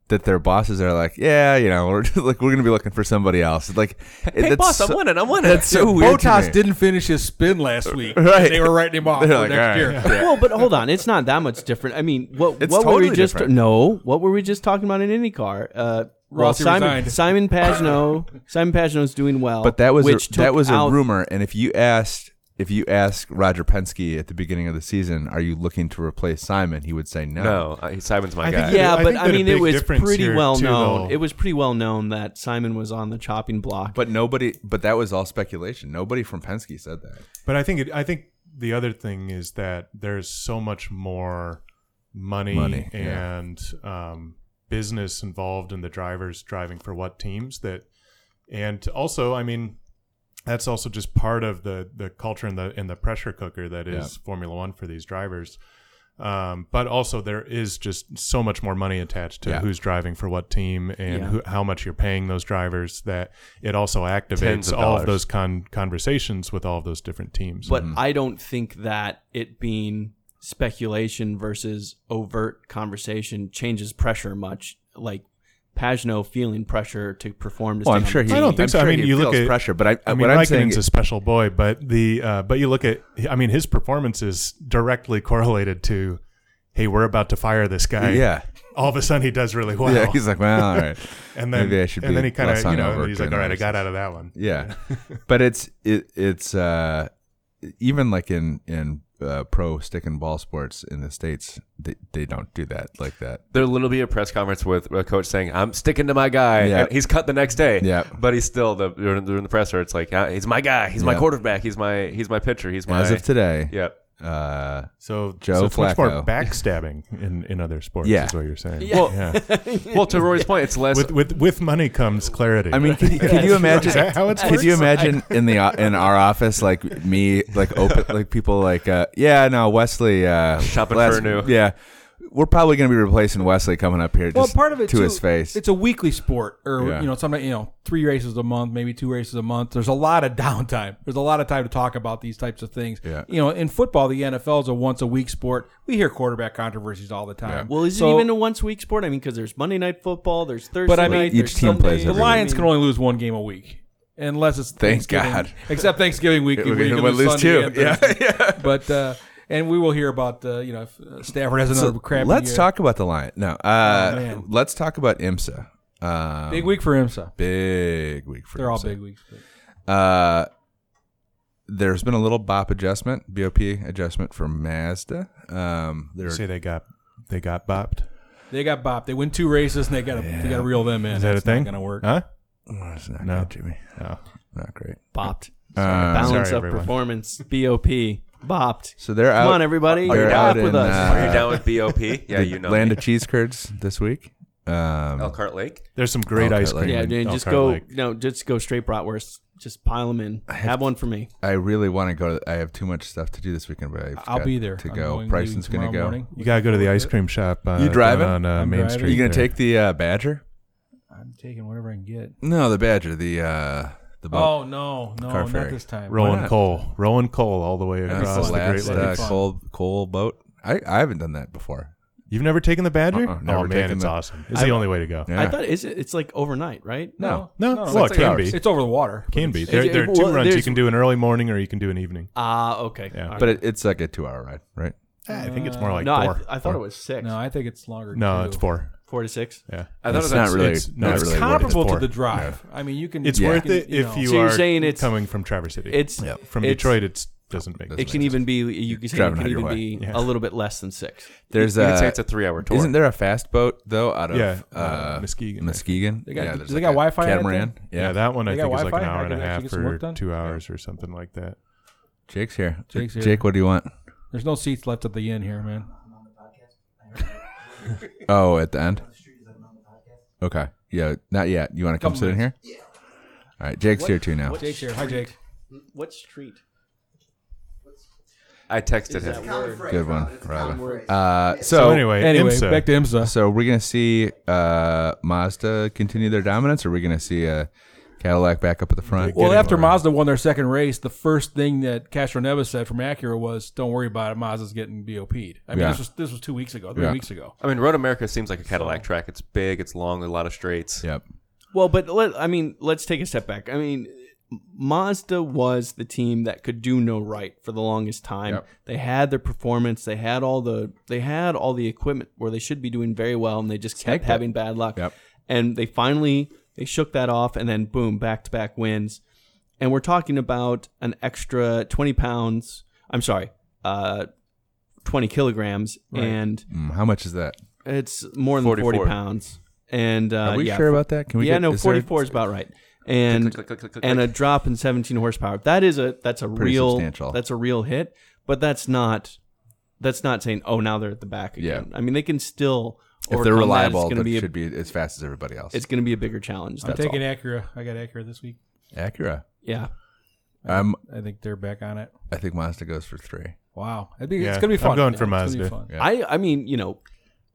S1: that their bosses are like, yeah, you know, we're just, like we're gonna be looking for somebody else. It's like, it- that's so-
S2: winning. I'm winning.
S1: That's so weird. to me.
S3: Botas didn't finish his spin last week.
S1: Right.
S3: they were writing him off
S1: They're
S3: for
S1: like,
S3: next
S1: all right.
S3: year.
S4: Well, but hold on, it's not that much different. I mean, what
S1: It's
S4: what were
S1: totally
S4: we just
S1: different.
S4: no? What were we just talking about in IndyCar? Uh, well,
S3: Rossi
S4: Simon
S3: resigned.
S4: Simon Pagino Simon Pagino's doing well,
S1: But that was
S4: which
S1: a, that
S4: took
S1: was a
S4: out-
S1: rumor, and if you asked if you ask Roger Penske at the beginning of the season, are you looking to replace Simon? He would say no.
S2: No, uh, Simon's my
S5: I
S2: guy.
S5: think-
S4: Yeah,
S5: I
S4: but
S5: think
S4: I
S5: that a
S4: mean, it
S5: big
S4: was
S5: difference
S4: pretty
S5: here,
S4: well
S5: too,
S4: known.
S5: though-
S4: It was pretty well known that Simon was on the chopping block.
S1: But nobody. But that was all speculation. Nobody from Penske said that.
S5: But I think it, I think the other thing is that there's so much more money,
S1: Money, yeah.
S5: and um, business involved in the drivers driving for what teams that, and also I mean, that's also just part of the the culture and the and the pressure cooker that is Formula One for these drivers. Um, but also there is just so much more money attached to
S1: Yeah.
S5: who's driving for what team and
S4: Yeah.
S5: who, how much you're paying those drivers that it also
S2: Tens
S5: activates
S2: of
S5: all
S2: dollars.
S5: of those con- conversations with all of those different teams.
S4: but
S1: Mm-hmm.
S4: I don't think that it being speculation versus overt conversation changes pressure much. Like Pagno feeling pressure to perform. To
S1: Well,
S4: stay
S1: I'm
S4: on
S1: sure
S4: the
S1: he.
S5: I don't think
S1: I'm
S5: so. I
S1: sure
S5: mean,
S1: he
S5: you look
S1: feels
S5: at-
S1: pressure, but I,
S5: I mean,
S1: uh, what I'm saying
S5: Raikkonen's a
S1: is,
S5: special boy, but the uh, but you look at I mean his performance is directly correlated to, hey, we're about to fire this guy.
S1: yeah,
S5: All of a sudden he does really well.
S1: yeah. He's like, well, all right,
S5: and then
S1: maybe I should
S5: and
S1: be
S5: then he kind
S1: less
S5: of you know
S1: hungover
S5: he's like,
S1: doing
S5: all right, I
S1: this."
S5: got out of that one.
S1: yeah. but it's it it's uh, even like in in uh, pro stick and ball sports in the states, they they don't do that like that.
S2: There will literally be a press conference with a coach saying, "I'm sticking to my guy."
S1: Yeah.
S2: And he's cut the next day.
S1: Yeah.
S2: But he's still the during during the presser. It's like "Ah, he's my guy. He's my
S1: Yeah.
S2: quarterback. He's my he's my pitcher. He's my
S1: As of today,
S2: yeah.
S1: uh,
S5: So
S1: Joe
S5: so it's much more
S1: Flacco.
S5: backstabbing in, in other sports.
S1: Yeah.
S5: is what you're saying.
S4: Yeah.
S2: Well-
S5: yeah.
S2: Well, to Roy's point, it's less.
S5: with with with money comes clarity.
S1: I mean, could, could you imagine?
S5: Is that how it's
S1: could you imagine in the o- in our office, like me, like open, like people, like uh, yeah, no, Wesley, uh,
S2: Shopping for a new-
S1: yeah. We're probably going to be replacing Wesley coming up here. Just
S3: well, part of it
S1: to
S3: too,
S1: his face.
S3: It's a weekly sport, or
S1: Yeah.
S3: you know, sometimes you know, three races a month, maybe two races a month. There's a lot of downtime. There's a lot of time to talk about these types of things.
S1: Yeah.
S3: You know, in football, the NFL is a once a week sport. We hear quarterback controversies all the time.
S4: Well, is
S3: So-
S4: it even a once a week sport? I mean, because there's Monday night football, there's Thursday
S3: But I mean,
S4: night,
S1: each
S4: there's
S1: team
S4: Sunday.
S1: plays
S3: the
S1: every
S3: Lions can only lose one game a week, unless it's
S1: Thank
S3: Thanksgiving.
S1: God.
S3: Except Thanksgiving week,
S1: We're
S3: we
S1: gonna
S3: can
S1: win- lose
S3: Sunday
S1: two.
S3: and
S1: Yeah,
S3: Thursday. But uh, and we will hear about uh, you know if uh, Stafford has another
S1: So
S3: crappy.
S1: let's
S3: year.
S1: talk about the line. No, uh,
S3: Oh, man.
S1: let's talk about IMSA. Um,
S3: big week for IMSA.
S1: Big week for
S3: They're all
S1: IMSA.
S3: big weeks. but-
S1: Uh, there's been a little BOP adjustment, BOP adjustment for Mazda. Um,
S5: You
S1: they're
S5: say they got they got bopped?
S3: They got bopped. They win two races and they got to they got to reel them in.
S5: Is that
S3: That's
S5: a thing?
S3: Not gonna work.
S5: Huh?
S1: Oh, it's not
S5: No.
S1: good, Jimmy.
S5: No.
S1: Not great.
S4: bopped.
S1: Uh,
S4: Balance
S5: sorry,
S4: of
S5: everyone.
S4: performance, BOP, bopped.
S1: So they're out.
S4: Come on, everybody,
S1: Are you
S4: get
S1: Uh, out
S4: up with
S1: in,
S4: us.
S1: uh,
S2: Are you down with BOP? Yeah,
S1: the
S2: you know.
S1: Land
S2: me.
S1: of cheese curds this week. Um,
S2: Elkhart Lake.
S5: There's some great
S1: Okay,
S5: ice
S1: like-
S5: cream.
S4: yeah,
S5: in
S4: dude, just
S5: Elkhart
S4: go.
S5: Lake.
S4: No, just go straight bratwurst. Just pile them in. Have, one for me.
S1: I really want to go. To, I have too much stuff to do this weekend, but I've
S3: I'll
S1: got
S3: be there
S1: to
S3: I'm
S1: go.
S3: going-
S1: Pryson's going
S3: leaving
S1: to
S3: tomorrow
S1: go.
S3: morning.
S5: You gotta go to the ice cream shop. Uh,
S1: You driving?
S5: down on uh,
S3: I'm
S5: Main
S3: driving.
S5: Street?
S1: you going to
S5: there.
S1: take the uh, Badger?
S3: I'm taking whatever I can get.
S1: No, the Badger. The uh, the boat.
S3: Oh no, no,
S1: Car
S3: not
S1: ferry.
S3: this time.
S1: Why
S5: rolling
S1: not?
S5: coal, rolling coal all the way
S1: That'd be
S5: across
S1: the
S5: Oh, the Great
S1: last
S5: Lakes.
S1: uh,
S3: Fun.
S1: coal coal boat. I, I haven't done that before.
S5: You've never taken the Badger?
S1: Uh-uh, never
S5: oh man,
S1: taken
S5: it's
S1: the-
S5: awesome. It's the only way to go.
S1: Yeah.
S4: I thought is it? It's like overnight, right?
S1: no.
S3: No,
S5: No, well,
S3: it's
S5: it
S3: like
S5: can
S1: ours.
S5: be.
S3: It's over the water.
S5: Can be.
S4: It's-
S5: There,
S4: it-
S5: there are
S4: well,
S5: two runs. You
S4: there's-
S5: can do an early morning or you can do an evening.
S4: Ah, okay.
S5: Yeah.
S4: All
S1: But
S4: right.
S1: it, it's like a two-hour ride, right?
S5: I think it's more like
S4: no, I,
S5: four.
S4: I thought it was six.
S3: No, I think it's longer.
S5: Uh, No,
S3: too.
S5: it's four.
S4: Four to six.
S5: Yeah,
S2: I thought
S1: it's
S2: it was
S1: not really.
S5: it's- no,
S1: not
S5: it's
S1: really
S5: worth it.
S3: comparable to
S5: It's
S3: the
S5: four.
S3: drive. I mean, you can.
S5: It's
S3: you
S5: worth
S3: can,
S5: it if
S3: know.
S5: you
S4: So
S5: are
S4: you're saying it's-
S5: coming from Traverse City.
S4: It's
S1: Yeah.
S5: from
S4: it's-
S5: Detroit. It doesn't make.
S4: It can even be. You can say it
S1: Driving
S4: can
S1: out your
S4: even
S1: way.
S4: be
S5: Yeah.
S4: a little bit less than six.
S1: There's
S2: You
S1: a,
S2: could say it's a three-hour tour.
S1: uh, Isn't there a fast boat though out of
S5: Yeah,
S1: uh,
S5: uh, Muskegon.
S1: Muskegon?
S3: They got-
S1: yeah,
S3: do
S1: there's
S3: they
S1: like
S3: got
S1: a
S3: Wi-Fi in that
S1: Catamaran.
S3: thing?
S1: Yeah.
S5: Yeah, that one I
S3: They
S5: think
S3: got
S5: is like an
S3: Wi-Fi? I
S5: hour and a
S3: could actually
S5: half
S3: get some
S5: or
S3: work done?
S5: two hours or something like that.
S1: Jake's here.
S3: Jake's here.
S1: Jake, what do you want?
S3: There's no seats left at the end here, man.
S1: Oh, at the end. Okay. Yeah, not yet. You want to come
S3: Couple
S1: sit in here?
S3: minutes.
S1: Yeah. All right, Jake's here too now.
S3: Jake's here. Hi, Jake.
S4: What street?
S2: I texted
S4: Is that
S2: him.
S4: word?
S1: Good one, Robin. Uh,
S4: Oh,
S1: so anyway,
S5: anyway,
S3: Anyway,
S5: IMSA.
S3: back to IMSA.
S1: so we're gonna see uh, Mazda continue their dominance, or we're gonna see a Cadillac back up at the front.
S3: Well,
S1: Get it
S3: after
S1: or-
S3: Mazda won their second race, the first thing that Castro Neves said from Acura was, "Don't worry about it. Mazda's getting BOP'd." I mean,
S1: Yeah.
S3: this was this was two weeks ago, three
S1: Yeah.
S3: weeks ago.
S2: I mean, Road America seems like a Cadillac track. It's big. It's long. A lot of straights.
S1: Yep.
S4: Well, but let, I mean, let's take a step back. I mean, Mazda was the team that could do no right for the longest time.
S1: Yep.
S4: They had their performance. They had all the they had all the equipment where they should be doing very well, and they just kept
S1: pit.
S4: having bad luck.
S1: Yep.
S4: And they finally they shook that off, and then boom, back to back wins. And we're talking about an extra twenty pounds. I'm sorry, uh, twenty kilograms, and
S1: Mm, how much is that?
S4: it's more than forty
S2: 44.
S4: pounds. And uh,
S1: Are we
S4: yeah,
S1: sure about that? Can we?
S4: yeah,
S1: get,
S4: no,
S1: is there-
S4: 44 is about right. And
S2: click, click, click, click,
S4: and a drop in 17 horsepower. That is a that's a
S1: Pretty
S4: real
S1: substantial.
S4: that's a real hit, but that's not that's not saying oh now they're at the back again. I mean they can still
S1: If they're
S4: overcome that.
S1: reliable,
S4: it's
S1: that
S4: going to be a,
S1: should be as fast as everybody else.
S4: it's going to be a bigger challenge.
S3: I'm
S4: That's
S3: taking
S4: all.
S3: Acura. I got Acura this week.
S1: Acura.
S4: Yeah.
S1: I'm.
S3: I think they're back on it.
S1: I think Mazda goes for three.
S3: Wow, It'd be,
S5: Yeah,
S3: it's gonna be
S5: I'm
S3: fun.
S5: going for
S3: It's gonna be
S5: Mazda.
S3: fun.
S1: Yeah.
S4: I I mean, you know,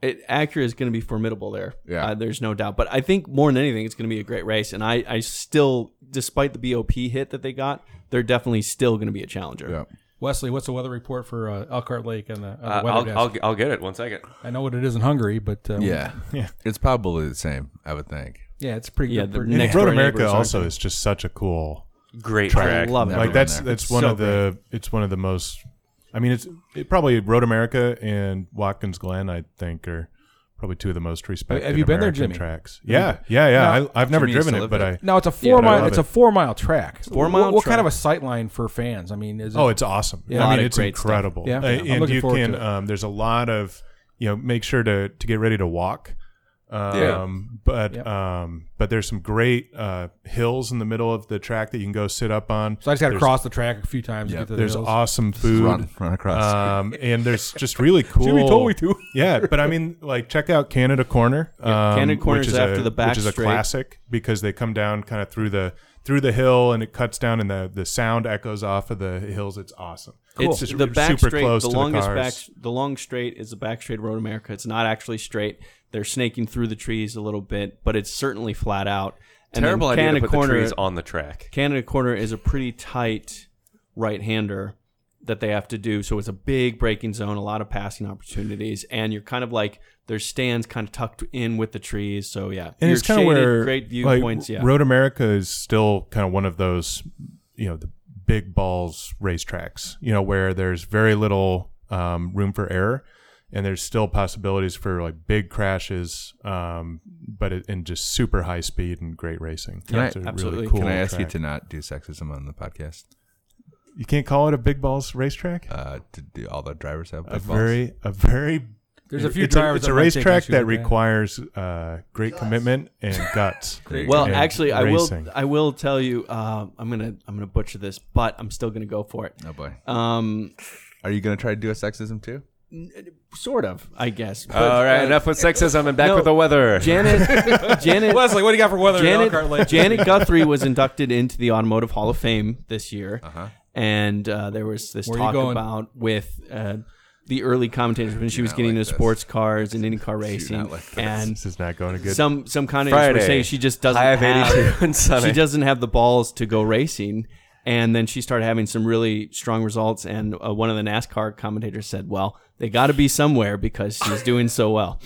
S4: it, Acura is going to be formidable there.
S1: Yeah.
S4: Uh, there's no doubt. But I think more than anything, it's going to be a great race. And I, I still, despite the BOP hit that they got, they're definitely still going to be a challenger.
S1: Yeah.
S3: Wesley, what's the weather report for uh, Elkhart Lake and the, on the
S2: Uh,
S3: weather
S2: I'll,
S3: desk?
S2: I'll, I'll get it. One second.
S3: I know what it is in Hungary, but um,
S1: Yeah.
S5: Yeah.
S1: It's probably the same, I would think.
S3: yeah, it's pretty
S4: Yeah,
S3: good.
S4: the
S3: for-
S4: next
S5: Road
S4: door
S5: America
S4: neighbors, aren't
S5: also
S4: they?
S5: is just such a cool
S2: Great
S4: I
S2: track.
S4: love it.
S1: Never
S5: like that's
S1: been there.
S5: that's one
S3: So
S5: of the it's one of the most. I mean, it's it probably Road America and Watkins Glen. I think are probably two of the most respected.
S3: have you been there,
S5: American
S3: Jimmy?
S5: Tracks? Yeah, yeah, yeah. I, I've never
S1: Jimmy used
S5: driven
S1: to
S5: it,
S1: live
S5: but
S1: there.
S5: I.
S3: No, it's a four
S5: but I
S3: mile.
S5: love
S3: It's
S5: it.
S3: a four mile track. What-
S4: mile
S3: What, kind
S4: track.
S3: of a sight line for fans? I mean, is it,
S5: Oh, it's awesome.
S3: Yeah.
S5: I
S4: Lot
S5: mean,
S4: of
S5: it's
S4: great stuff.
S5: incredible.
S3: Yeah.
S5: Uh,
S3: Yeah. I'm
S5: and
S3: looking
S5: you
S3: forward
S5: can.
S3: to it.
S5: Um, there's a lot of you know. Make sure to to get ready to walk. Um,
S1: Yeah.
S5: But
S3: Yep.
S5: um, but there's some great uh, hills in the middle of the track that you can go sit up on.
S3: so I just got to
S5: There's-
S3: cross the track a few times. to
S1: Yeah,
S3: get to the
S5: There's
S3: hills.
S5: awesome
S1: Just
S5: food.
S1: Run, run across.
S5: Um, and there's just really cool.
S3: to.
S5: yeah, but I mean, like, check out Canada Corner. um,
S4: Canada Corner
S5: which
S4: is
S5: a-
S4: after the back
S5: which is a
S4: straight.
S5: classic because they come down kind of through the through the hill and it cuts down and the the sound echoes off of the hills. It's awesome.
S4: It's
S5: Just
S4: the
S5: r-
S4: back
S5: super
S4: straight.
S5: close
S4: the
S5: to the
S4: longest back,
S5: cars.
S4: the long straight is the back straight road America. It's not actually straight. They're snaking through the trees a little bit, but it's certainly flat out. And then
S2: Terrible idea to
S4: Canada
S2: put
S4: corner,
S2: the trees on the track.
S4: Canada corner is a pretty tight right-hander that they have to do. So it's a big braking zone, a lot of passing opportunities, and you're kind of like their stands kind of tucked in with the trees. So yeah,
S5: And it's
S4: You're
S5: kind of
S4: shaded,
S5: where
S4: great
S5: like,
S4: viewpoints. yeah,
S5: Road America is still kind of one of those, you know, the big balls racetracks. You know, where there's very little um, room for error, and there's still possibilities for like big crashes, um, but it, and just super high speed and great racing.
S1: Can I-
S5: It's a really
S4: absolutely.
S5: cool
S1: Can I ask
S5: track.
S1: you to not do sexism on the podcast?
S5: You can't call it a big balls racetrack.
S1: Uh, to do all the drivers have
S5: a
S1: big balls?
S5: very, a very.
S3: There's a few
S5: it's
S3: drivers.
S5: it's
S3: that
S5: a
S3: might take
S5: racetrack
S3: issue
S5: that
S3: with
S5: requires uh, great commitment and guts.
S1: Great
S4: Well,
S5: and
S4: actually, I
S5: racing.
S4: will. I will tell you. Uh, I'm gonna. I'm gonna butcher this, but I'm still gonna go for it.
S1: Oh boy,
S4: Um,
S1: are you going to try to do a sexism too?
S4: sort of, I guess. But,
S2: All right,
S4: uh,
S2: enough with sexism and back
S4: no.
S2: with the weather.
S4: Janet. Janet.
S3: Wesley, what do you got for weather? in Elkhart
S4: Janet,
S3: Lake?
S4: Janet Guthrie was inducted into the Automotive Hall of Fame this year,
S1: Uh-huh.
S4: and uh, there was this
S3: Where you
S4: talk
S3: going?
S4: about with uh, the early commentators when she was
S1: not
S4: getting
S1: like
S4: into
S1: this.
S4: sports cars and IndyCar racing,
S1: not like this.
S4: and
S5: this is not going to good.
S4: some some kind of
S2: Friday,
S4: were saying she just doesn't
S2: High of
S4: have
S2: 82 and sunny.
S4: she doesn't have the balls to go racing. And then she started having some really strong results. And uh, one of the NASCAR commentators said, "Well, they got to be somewhere because she's doing so well."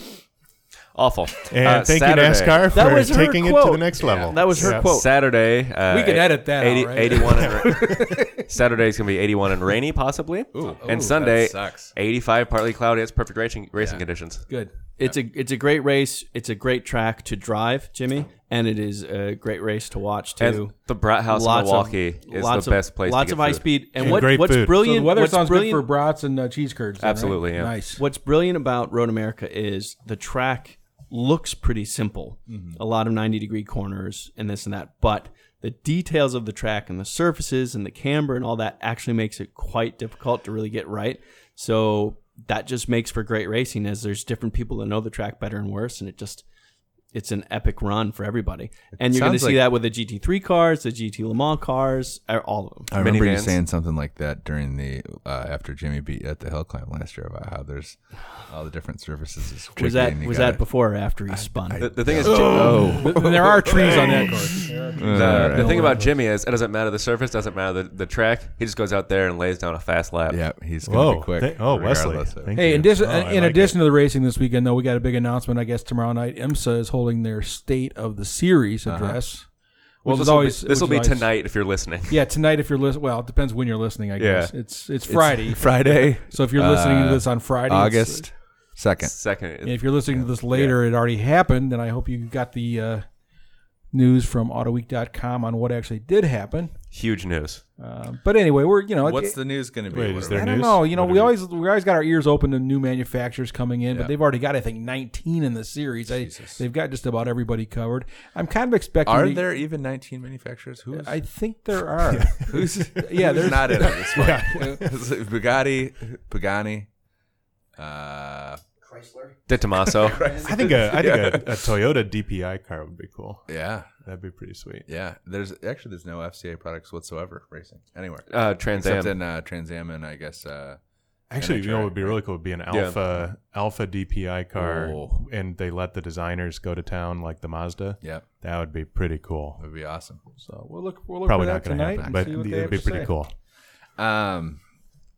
S2: Awful.
S5: And
S2: Uh,
S5: thank
S2: Saturday.
S5: you, NASCAR,
S4: That
S5: for
S4: was her
S5: taking it to the
S4: quote.
S5: next level.
S4: That was her
S5: Yeah.
S4: quote.
S2: Saturday. Uh,
S3: We can
S2: eight-
S3: edit that out,
S2: 80
S3: right?
S2: 81 and Saturday's going to be 81 and rainy, possibly. and
S1: Ooh,
S2: Sunday,
S1: that sucks.
S2: 85, partly cloudy. It's perfect racing, racing conditions.
S3: Good.
S4: It's a it's a great race. It's a great track to drive, Jimmy, and it is a great race to watch too.
S2: And the Brat House in Milwaukee is the
S4: of-
S2: best place
S4: Lots
S2: to get
S4: of high
S2: food.
S4: speed and,
S5: And
S4: what,
S5: great
S4: what's
S5: food.
S3: So
S4: brilliant.
S3: the weather
S4: what's
S3: sounds good
S4: brilliant,
S3: for brats and uh, cheese curds. then, right?
S2: Absolutely, yeah.
S3: Nice.
S4: What's brilliant about Road America is the track looks pretty simple.
S1: Mm-hmm.
S4: A lot of 90 degree corners and this and that, but the details of the track and the surfaces and the camber and all that actually makes it quite difficult to really get right. So that just makes for great racing as there's different people that know the track better and worse and it just it's an epic run for everybody. And you're going to
S1: sounds
S4: see
S1: like-
S4: that with the GT3 cars, the GT Le Mans cars, uh, all of them.
S1: I remember you
S2: Minivans.
S1: saying something like that during the uh, after Jimmy beat at the hill climb last year about how there's all the different services. It's
S4: Was
S1: tricky
S4: that
S1: and you
S4: was
S1: gotta-
S4: that before or after he spun?
S2: The, the thing is,
S1: Oh,
S3: Th- there are trees on that course. There are trees.
S2: the, the
S1: Alright.
S2: thing about Jimmy is it doesn't matter the surface, doesn't matter the, the track. He just goes out there and lays down a fast lap.
S1: yeah, he's gonna
S5: Whoa!
S1: be quick.
S5: Th- oh, Wesley.
S1: regardless of-
S5: Thank
S3: Hey,
S5: you.
S3: in, dis-
S5: Oh, I
S3: in
S5: like
S3: addition to the racing this weekend, though, we got a big announcement. I guess tomorrow night, IMSA is holding their State of the Series address.
S2: Well,
S3: which
S2: Uh-huh. this
S3: is always
S2: will be, this will
S3: which
S2: be
S3: is always-
S2: tonight if you're listening.
S3: Yeah, tonight if you're listening. Well, it depends when you're listening. I guess it's it's Friday.
S1: Friday,
S3: so if you're listening to
S1: uh,
S3: this on Friday, it's-
S1: August second.
S2: Second,
S3: And if you're listening to this later, it already happened, and I hope you got the uh, news from AutoWeek.com on what actually did happen.
S2: huge news.
S3: Uh, but anyway, we're you know, it-
S1: What's the news going to be?
S5: Wait,
S1: What
S5: is
S1: are
S5: there
S1: we-
S3: I don't
S5: news?
S3: know. You know,
S5: What
S3: we
S5: are
S3: always we always got our ears open to new manufacturers coming in,
S1: Yeah.
S3: but they've already got I think 19 in the series. They,
S1: Jesus.
S3: they've got just about everybody covered. I'm kind of expecting.
S1: Are
S3: the-
S1: there even 19 manufacturers? Who's
S3: I think there are.
S1: who's
S3: yeah,
S1: who's
S3: there's
S1: not in on this one? Is it Bugatti, Pagani, uh,
S2: Did Tommaso?
S5: I think a I think a, a Toyota DPI car would be cool.
S1: yeah,
S5: That'd be pretty sweet.
S1: yeah. There's actually there's no FCA products whatsoever racing anywhere
S2: uh, Trans
S1: except in
S2: Am.
S1: uh, Trans Am and I guess uh,
S5: Actually,
S1: NHRA,
S5: you know what would be really cool would be an
S2: Yeah.
S5: Alpha Alpha DPI car,
S1: Oh.
S5: and they let the designers go to town like the Mazda.
S1: yeah,
S5: That would be pretty cool.
S1: it would be awesome.
S3: So we'll look. We'll look
S5: Probably
S3: for
S5: not
S3: that
S5: going to
S3: tonight,
S5: happen,
S3: and
S5: but
S3: see what
S5: it'd
S3: they
S5: be
S3: have to say.
S5: pretty cool.
S1: Um,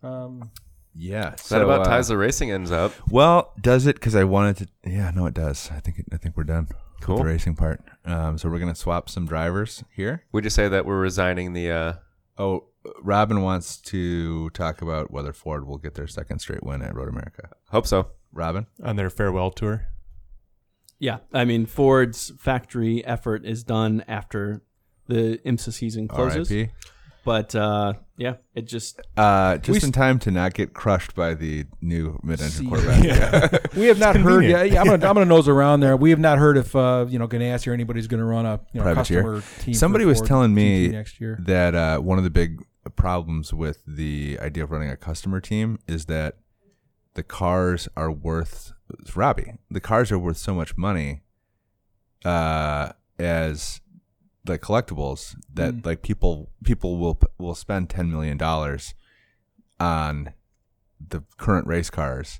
S3: Um,
S1: Yeah.
S2: that
S1: so,
S2: about
S1: uh,
S2: ties the racing ends up.
S1: Well, does it? Because I wanted to. Yeah, no, it does. I think it, I think we're done. with
S2: Cool.
S1: the racing part. Um, so we're gonna swap some drivers here.
S2: We just say that we're resigning the. Uh,
S1: Oh, Robin wants to talk about whether Ford will get their second straight win at Road America.
S2: hope so.
S1: Robin.
S5: on their farewell tour.
S4: Yeah, I mean Ford's factory effort is done after the IMSA season closes,
S1: R.I.P.
S4: but uh, yeah, it just
S1: Uh, just
S3: We-
S1: in time to not get crushed by the new mid-engine quarterback.
S3: we have not heard. Yeah,
S5: convenient.
S3: yeah, I'm gonna, I'm gonna nose around there. We have not heard if uh, you know Ganassi or anybody's gonna run a you know,
S1: Privateer.
S3: customer team. for
S1: Somebody was
S3: Ford
S1: telling me
S3: GT next year.
S1: that uh, one of the big problems with the idea of running a customer team is that the cars are worth it's Robbie. The cars are worth so much money uh, as the collectibles that
S3: Mm.
S1: like people people will p- will spend ten million dollars on the current race cars,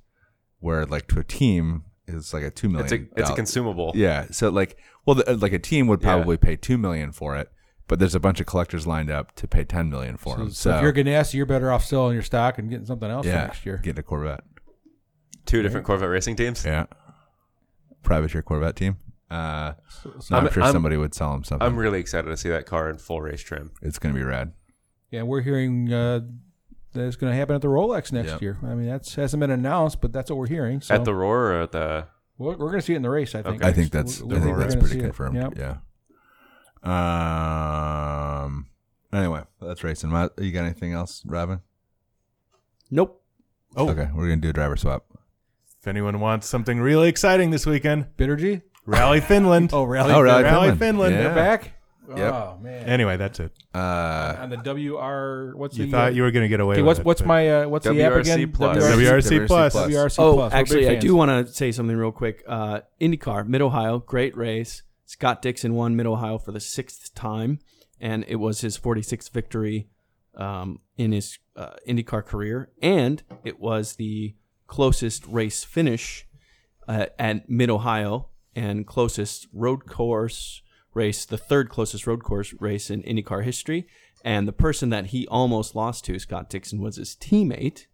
S1: where like to a team is like a two million.
S2: It's a it's a
S1: dollar-
S2: consumable.
S1: yeah. So like, well, the, like a team would
S2: Yeah.
S1: probably pay two million for it, but there's a bunch of collectors lined up to pay ten million for
S3: So,
S1: them.
S3: so
S1: So,
S3: if you're Ganassi, you're better off selling your stock and getting something else for
S1: yeah,
S3: next year.
S1: get a Corvette.
S2: Two different Corvette racing teams.
S1: Yeah, privateer Corvette team. Uh, so I'm,
S2: I'm-
S1: sure
S2: I'm-
S1: somebody would sell them something.
S2: I'm really excited to see that car in full race trim.
S1: it's gonna be rad.
S3: Yeah, we're hearing uh, that it's going to happen at the Rolex next
S1: Yep.
S3: year. I mean, that hasn't been announced, but that's what we're hearing. So
S2: At the Roar or at the
S3: we're, we're going to see it in the race. I think.
S1: I think that's
S3: We're-
S1: I
S3: we're
S1: think that's
S3: gonna
S1: pretty
S3: see it.
S1: confirmed.
S3: Yep.
S1: Yeah. Um. Anyway, that's racing. Ma- You got anything else, Robin?
S4: nope.
S5: Oh,
S1: Okay, we're gonna do a driver swap.
S5: if anyone wants something really exciting this weekend,
S3: Bitter G.
S5: Rally Finland.
S3: Oh, rally.
S1: Oh, Rally
S5: Rally
S1: Finland.
S5: Finland.
S1: Yeah.
S3: They're back.
S1: Yep.
S3: Oh man.
S5: Anyway, that's it.
S1: Uh,
S3: On the WR. What's
S5: You
S3: the? uh,
S5: thought you were going to get away
S3: okay,
S5: with
S3: what's
S5: it,
S3: what's
S5: but-
S3: my uh, what's the app
S2: WRC
S3: again?
S2: plus.
S5: WRC plus.
S3: WRC
S4: Oh,
S3: plus. We're big
S4: actually, I
S3: fans.
S4: do want to say something real quick. Uh, IndyCar, Mid Ohio, great race. Scott Dixon won Mid Ohio for the sixth time, and it was his 46th victory um, in his uh, IndyCar career, and it was the closest race finish uh, at Mid Ohio and closest road course race, the third closest road course race in IndyCar history. And the person that he almost lost to, Scott Dixon, was his teammate,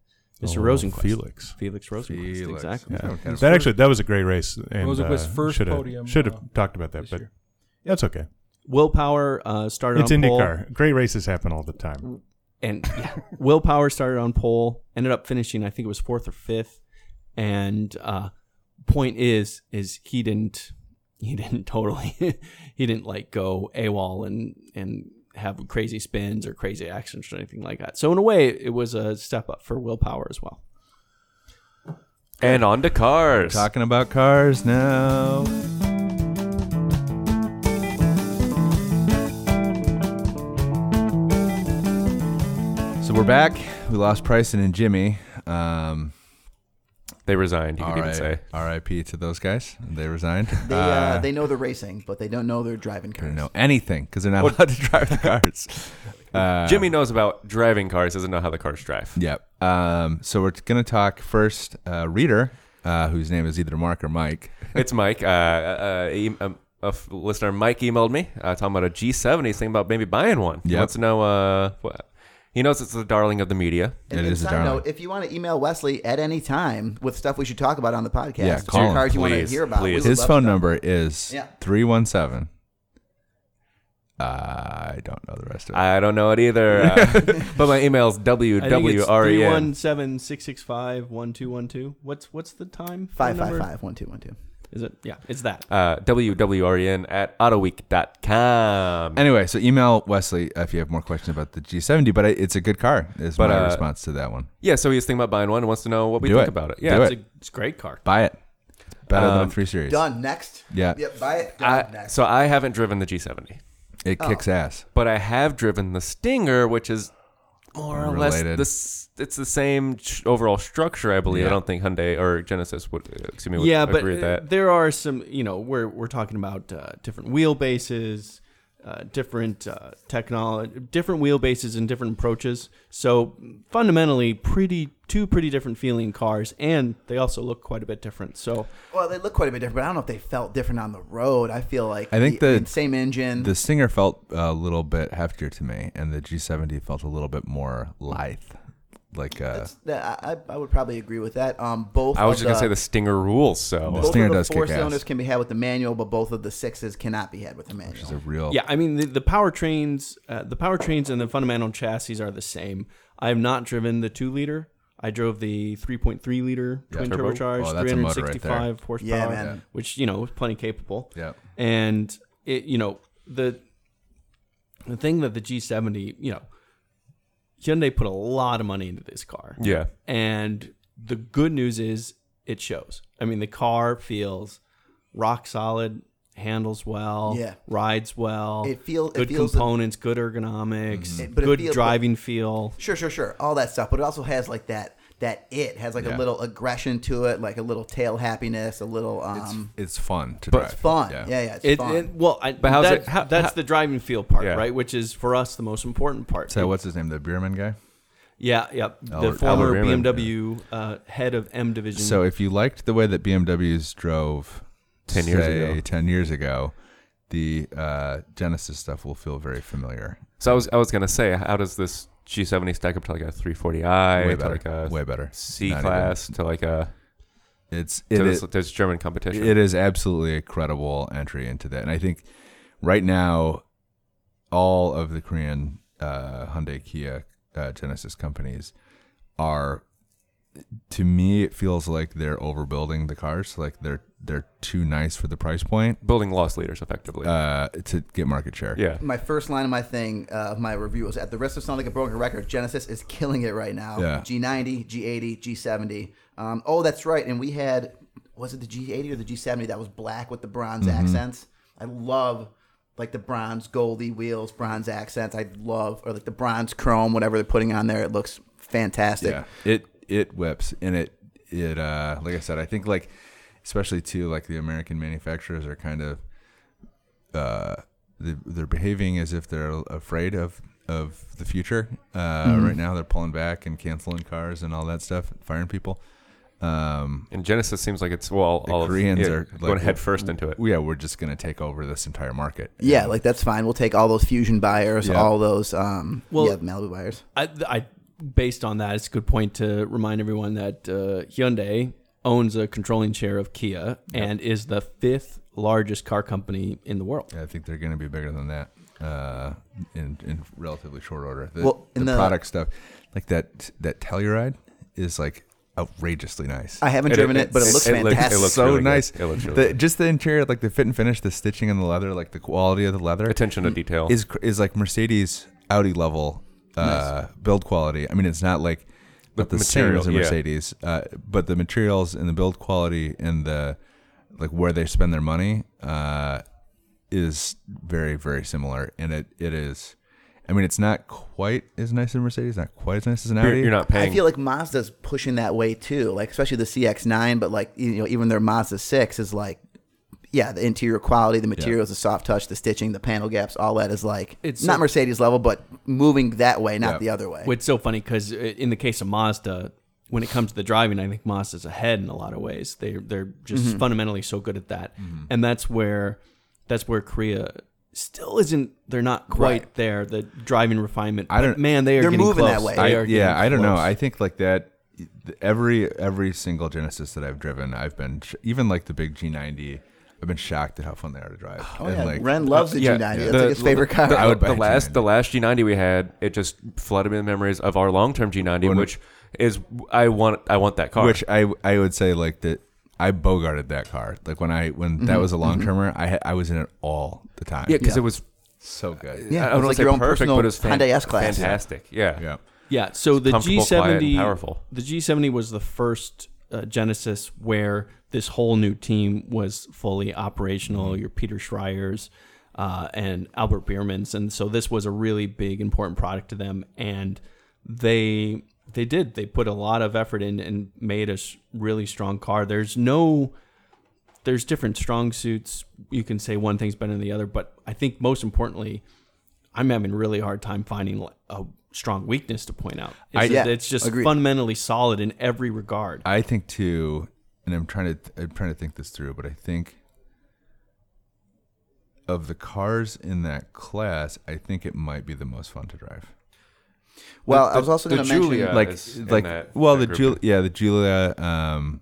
S4: Mr.
S5: Oh,
S4: Rosenquist.
S5: Felix.
S4: Felix Rosenquist,
S1: Felix.
S4: exactly.
S1: Yeah. Kind of-
S5: That actually that was a great race. And, uh,
S3: Rosenquist's first
S5: should
S3: podium,
S5: Should have
S3: uh,
S5: talked about that,
S3: this
S5: but
S3: year.
S5: that's okay.
S4: Willpower uh, started
S5: It's
S4: on pole,
S5: IndyCar. Great races happen all the time.
S4: and yeah, Willpower started on pole, ended up finishing, I think it was fourth or fifth. And uh, point is, is he didn't, he didn't totally, he didn't like go AWOL and and have crazy spins or crazy accidents or anything like that. So in a way, it was a step up for Willpower as well.
S2: and on to cars.
S1: Talking about cars now. So we're back. We lost Bryson and Jimmy. Um,
S2: They resigned. You could even say.
S1: RIP to those guys. They resigned.
S6: They, uh, they know they're racing, but they don't know they're driving
S1: I
S6: cars.
S1: don't know anything because they're not allowed to drive the cars. Uh,
S2: Jimmy knows about driving cars. Doesn't know how the cars drive.
S1: Yep. Um, so we're going to talk first uh, reader, uh, whose name is either Mark or Mike.
S2: It's Mike. Uh, uh, e- um, a f- listener, Mike, emailed me uh, talking about a G70. He's thinking about maybe buying one. He
S1: Yep.
S2: wants to know. Uh, wh- he knows it's the darling of the media.
S1: It
S6: and
S1: is a
S6: side
S1: darling.
S6: note, if you want to email Wesley at any time with stuff we should talk about on the podcast,
S1: Yeah,
S6: or
S1: call him,
S6: cars you want to
S2: please,
S6: hear about, we
S2: please.
S6: would
S1: His
S6: love
S1: phone
S6: to-
S1: number is
S6: Yeah.
S1: 317. I don't know the rest of it.
S2: I don't know it either. Uh, but my email's
S6: E
S2: wwren.
S4: 317-665-1212. What's what's the time? phone
S6: Five five
S4: number?
S6: five one two one two.
S4: Is it? Yeah, it's that.
S2: Uh, wwren at autoweek.com.
S1: Anyway, so email Wesley if you have more questions about the G70, but I- it's a good car, is
S2: But,
S1: my
S2: uh,
S1: response to that one.
S2: yeah, so he's thinking about buying one and wants to know what we
S1: Do it.
S2: think about it.
S1: Do
S2: Yeah.
S1: it.
S4: It's a, it's a great car.
S1: Buy it. It's better than
S2: Um,
S1: the 3 Series.
S6: Done. Next.
S1: Yeah.
S6: Yep. Buy it. Done.
S2: I,
S6: next.
S2: so I haven't driven the G70,
S1: It
S6: Oh.
S1: kicks ass.
S2: but I have driven the Stinger, which is more or less
S1: Related.
S2: this. It's the same sh- overall structure, I believe. I
S1: Yeah.
S2: don't think Hyundai or Genesis would, uh, excuse me, would
S4: yeah, but
S2: agree with
S4: uh,
S2: that.
S4: there are some. You know, we're we're talking about uh, different wheelbases, uh, different uh, technology, different wheelbases and different approaches. So fundamentally, pretty two pretty different feeling cars, and they also look quite a bit different. So
S6: well, they look quite a bit different, but I don't know if they felt different on the road. I feel like
S1: I think
S6: the,
S1: the-
S6: mean, same engine.
S1: The Stinger felt a little bit heftier to me, and the G70 felt a little bit more lithe. like uh,
S6: That's, that, I, I would probably agree with that. Um, both.
S2: I was just
S6: of
S2: gonna
S6: the-
S2: say the Stinger rules. So
S1: The
S6: Both
S1: Stinger
S6: of the
S1: does kick
S6: four
S1: ass.
S6: cylinders can be had with the manual, but both of the sixes cannot be had with the manual.
S1: is a real
S4: Yeah, I mean the, the powertrains, uh, the powertrains and the fundamental chassis are the same. I have not driven the two liter. I drove the 3.3 liter twin
S2: Turbo.
S4: turbocharged,
S1: Oh, that's a motor right there.
S4: 365 horsepower,
S6: Yeah, man.
S4: which you know is plenty capable.
S1: Yep.
S4: and it you know the the thing that the G70, you know, Hyundai put a lot of money into this car.
S2: yeah,
S4: And the good news is it shows. I mean, the car feels rock solid, handles well,
S6: Yeah.
S4: rides well.
S6: It feel- it
S4: good
S6: feels- Mm-hmm.
S4: components, good ergonomics,
S6: It- but it
S4: good
S6: feel- but-
S4: driving feel.
S6: Sure, sure, sure. All that stuff, but it also has like that that it has like a little aggression to it, like a little tail happiness, a little um
S1: It's fun to drive.
S6: fun. Yeah, yeah, it's
S4: It,
S6: fun.
S4: it- well, I,
S2: But how's
S4: that-
S2: it- how-
S4: that's
S2: how-
S4: the driving feel part,
S2: Yeah.
S4: right? Which is for us the most important part.
S1: So what's his name? The Bierman guy.
S4: yeah, yeah. The
S1: Albert-
S4: former
S2: Albert Raymond,
S4: BMW uh, head of M division.
S1: So if you liked the way that BMWs drove
S2: 10 years ago.
S1: ten years ago, the uh, Genesis stuff will feel very familiar.
S2: So I was I was gonna say, how does this G70 stack up to like a 340i,
S1: Way
S2: to
S1: better.
S2: like a
S1: way better.
S2: C
S1: Not even.
S2: class, to like a
S1: It's
S2: to
S1: it
S2: this,
S1: is,
S2: this German competition?
S1: it is absolutely a credible entry into that, and I think right now all of the Korean uh, Hyundai Kia uh, Genesis companies are. To me, it feels like they're overbuilding the cars. Like they're they're too nice for the price point
S2: Building loss leaders effectively.
S1: uh, to get market share.
S2: yeah,
S6: my first line of my thing uh, of my review was at the risk of sounding like a broken record genesis is killing it right now
S1: Yeah.
S6: g90 g80 g70 um, oh that's right and we had was it the g80 or the g70 that was black with the bronze accents i love like the bronze goldy wheels bronze accents i love or like the bronze chrome whatever they're putting on there it looks fantastic
S1: yeah it it whips and it it uh like i said i think like especially too like the american manufacturers are kind of uh they- they're behaving as if they're afraid of of the future uh right now they're pulling back and canceling cars and all that stuff firing people um
S2: and Genesis seems like it's well,
S1: The
S2: all of-
S1: Koreans
S2: yeah,
S1: are, like,
S2: going head first into it.
S1: yeah we're just gonna take over this entire market
S6: yeah like that's fine we'll take all those fusion buyers
S1: Yeah.
S6: all those um
S4: Well-
S6: yeah, malibu buyers
S4: I, I based on that, it's a good point to remind everyone that uh, Hyundai owns a controlling share of Kia and is the fifth largest car company in the world.
S1: i think they're gonna be bigger than that uh in in relatively short order the,
S6: Well, in
S1: the
S6: the-
S1: product stuff like that that telluride is like outrageously nice
S6: i haven't
S2: It-
S6: driven it,
S2: it-
S6: but it
S2: it-
S6: looks
S2: it looks- it
S6: fantastic
S2: looks
S1: so
S2: really good.
S1: nice.
S2: It looks really
S1: the,
S2: good.
S1: Just the interior, like the fit and finish, the stitching and the leather, like the quality of the leather
S2: Attention to detail.
S1: is cr- is like Mercedes Audi level uh, build quality. I mean, it's not like the, the same
S2: material,
S1: as a
S2: yeah.
S1: Mercedes, uh, but the materials and the build quality and the like where they spend their money uh, is very very similar, and it it is. I mean, it's not quite as nice as a Mercedes, not quite as nice as an
S2: you're,
S1: Audi.
S2: you're not paying.
S6: I feel like Mazda's pushing that way too, like especially the CX9, but like you know even their Mazda 6 is like yeah, the interior quality, the materials, the soft touch, the stitching, the panel gaps, all that is like
S4: It's
S6: it's not
S4: so-
S6: Mercedes level, but moving that way, not
S1: Yeah.
S6: the other way.
S4: It's so funny because in the case of Mazda, when it comes to the driving, I think Mazda's ahead in a lot of ways. They they're just
S6: Mm-hmm.
S4: fundamentally so good at that,
S1: Mm-hmm.
S4: and that's where that's where Korea still isn't. They're not quite there. The driving refinement.
S1: I
S4: But
S1: don't-
S4: man. They are
S6: They're
S4: getting
S6: moving that
S4: close.
S6: way.
S4: They
S1: I,
S4: are
S1: yeah,
S4: getting
S1: I don't know.
S4: close.
S1: I think like that. Every every single Genesis that I've driven, I've been sh- even like the big G90. I've been shocked at how fun they are to drive.
S6: oh,
S1: and
S6: yeah.
S1: like
S6: Ren loves the
S2: uh, yeah,
S6: G90.
S2: yeah.
S6: That's like his favorite car.
S2: The,
S1: I would buy
S2: the
S1: a
S2: last
S1: G90.
S2: the last G90 we had, it just flooded me with memories of our long term G90,
S1: When-
S2: which is I want I want that car.
S1: which I I would say like that. I bogarted that car. Like when I when that was a long termer, I had, I was in it all the time.
S2: Mm-hmm. yeah, because it was
S1: so good.
S6: Yeah,
S2: I don't
S6: it was
S2: wanna
S6: like
S2: say
S6: your own
S2: perfect,
S6: personal
S2: but it was fan-
S6: Hyundai S-Class.
S2: Fantastic, yeah.
S1: yeah.
S4: Yeah, so the
S2: comfortable, quiet, and
S4: G70
S2: powerful.
S4: The G70 was the first uh, Genesis where this whole new team was fully operational.
S2: Mm-hmm.
S4: Your Peter Schreier's uh, and Albert Bierman's, and so this was a really big, important product to them. And they they did they put a lot of effort in and made a s- really strong car. There's no there's different strong suits. You can say one thing's better than the other, but I think most importantly, I'm having a really hard time finding like, a strong weakness to point out. It's,
S1: I-
S4: just-
S1: yeah,
S4: it's just
S6: agreed.
S4: fundamentally solid in every regard.
S1: I think too, and I'm trying to I'm trying to think this through, but I think of the cars in that class, I think it might be the most fun to drive.
S6: Well, I was also
S2: the
S6: going to mention
S2: Julia.
S1: like
S2: is in
S1: like
S2: that-
S1: well
S2: that
S1: the
S2: group.
S1: Julia yeah the Julia um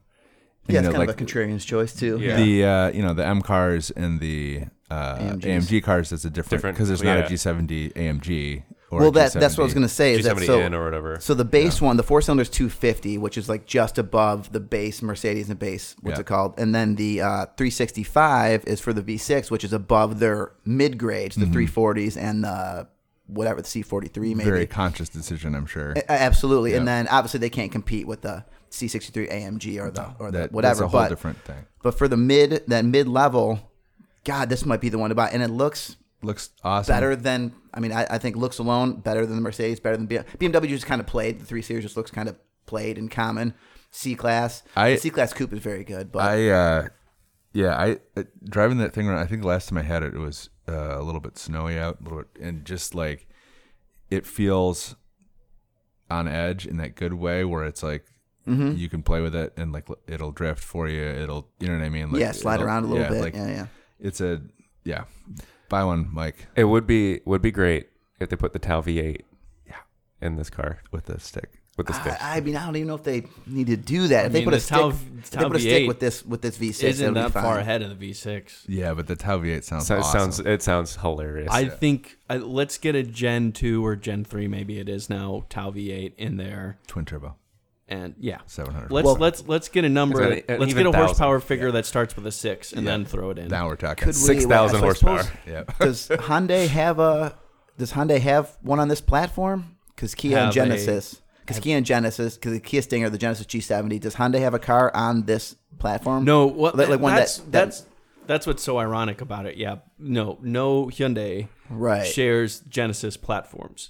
S1: you
S6: yeah, it's
S1: know,
S6: kind
S1: like
S6: of a contrarian's choice too.
S2: Yeah.
S1: the uh you know the M cars and the uh
S6: AMGs.
S1: AMG cars that's a different
S2: Different-
S1: because there's not a
S2: yeah.
S1: G70 AMG or
S6: Well,
S1: a
S6: that that's what I was
S1: G70.
S6: going to say. Is that so?
S2: G70N or whatever.
S6: So the base one, the four cylinder is 250, which is like just above the base Mercedes and base. What's
S1: Yeah.
S6: it called? And then the uh, 365 is for the V6, which is above their mid grades,
S1: Mm-hmm.
S6: the 340s and the whatever the C43 maybe. Eh,
S1: very conscious decision I'm sure
S6: A- Absolutely. And then obviously they can't compete with the C63 AMG or the or the
S1: that
S6: whatever.
S1: that's a whole
S6: but
S1: different thing
S6: but for the mid that mid level, God, this might be the one to buy. And it looks
S1: looks awesome
S6: better than I mean I, I think looks alone better than the Mercedes better than B- BMW just kind of played the three series just looks kind of played and common C class
S1: I-
S6: C class coupe is very good but
S1: I uh yeah, I uh, driving that thing around. I think last time I had it, it was uh, a little bit snowy out, a little bit, and just like it feels on edge in that good way, where it's like
S6: mm-hmm.
S1: you can play with it and like l- it'll drift for you. It'll, you know what I mean? Like,
S6: yeah slide
S1: it'll-
S6: around a little
S1: yeah,
S6: bit
S1: Like,
S6: yeah yeah
S1: It's a yeah. Buy one, Mike,
S2: It would be would be great if they put the Tau V8 in this car
S1: with the stick.
S2: with the stick.
S6: I, I mean I don't even know if they need to do that if they
S4: mean,
S6: put a
S4: the
S6: stick
S4: Tau-
S6: if they
S4: Tau
S6: put a stick
S4: V8
S6: with this with this V6
S4: Isn't that
S6: that'll be fine.
S4: far ahead of the V6?
S1: Yeah, but the Tau V8 sounds
S2: So- it
S1: awesome.
S2: sounds it sounds hilarious.
S4: I think I, let's get a Gen 2 or Gen 3, maybe it is now, Tau V8 in there.
S1: twin turbo,
S4: And yeah.
S1: seven hundred.
S4: Let's let's let's get a number.
S2: It's an- an
S4: let's
S2: even
S4: get a
S2: thousand.
S4: horsepower figure that starts with a six, and then throw it in.
S1: now we're talking.
S6: Could we-
S2: Six thousand
S6: well, I suppose-
S2: horsepower.
S1: yeah,
S6: does Hyundai have a does Hyundai have one on this platform? Because Kia and
S4: Have
S6: Genesis, because Kia and Genesis, because the Kia Stinger, the Genesis G70, does Hyundai have a car on this platform?
S4: No, what
S6: like, like one that,
S4: that's that's that's what's so ironic about it. Yeah, no, no Hyundai
S6: Right.
S4: shares Genesis platforms,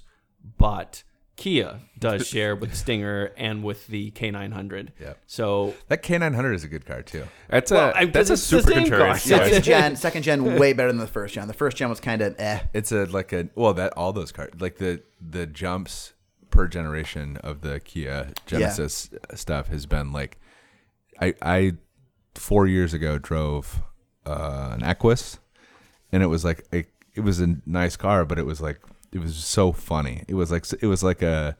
S4: but Kia does share with Stinger and with the K900.
S1: Yep.
S4: So
S1: that K900 is a good car too.
S2: That's
S4: Well,
S2: a
S4: I-
S2: that's a
S4: it's the
S2: super
S4: same
S2: contrarian.
S4: car.
S2: choice.
S6: second gen, second gen, way better than the first gen. The first gen was kind of eh.
S1: It's a like a well that all those cars like the the jumps per generation of the Kia Genesis stuff has been like I I four years ago drove uh, an Equus and it was like a, it was a nice car but it was like it was so funny it was like it was like a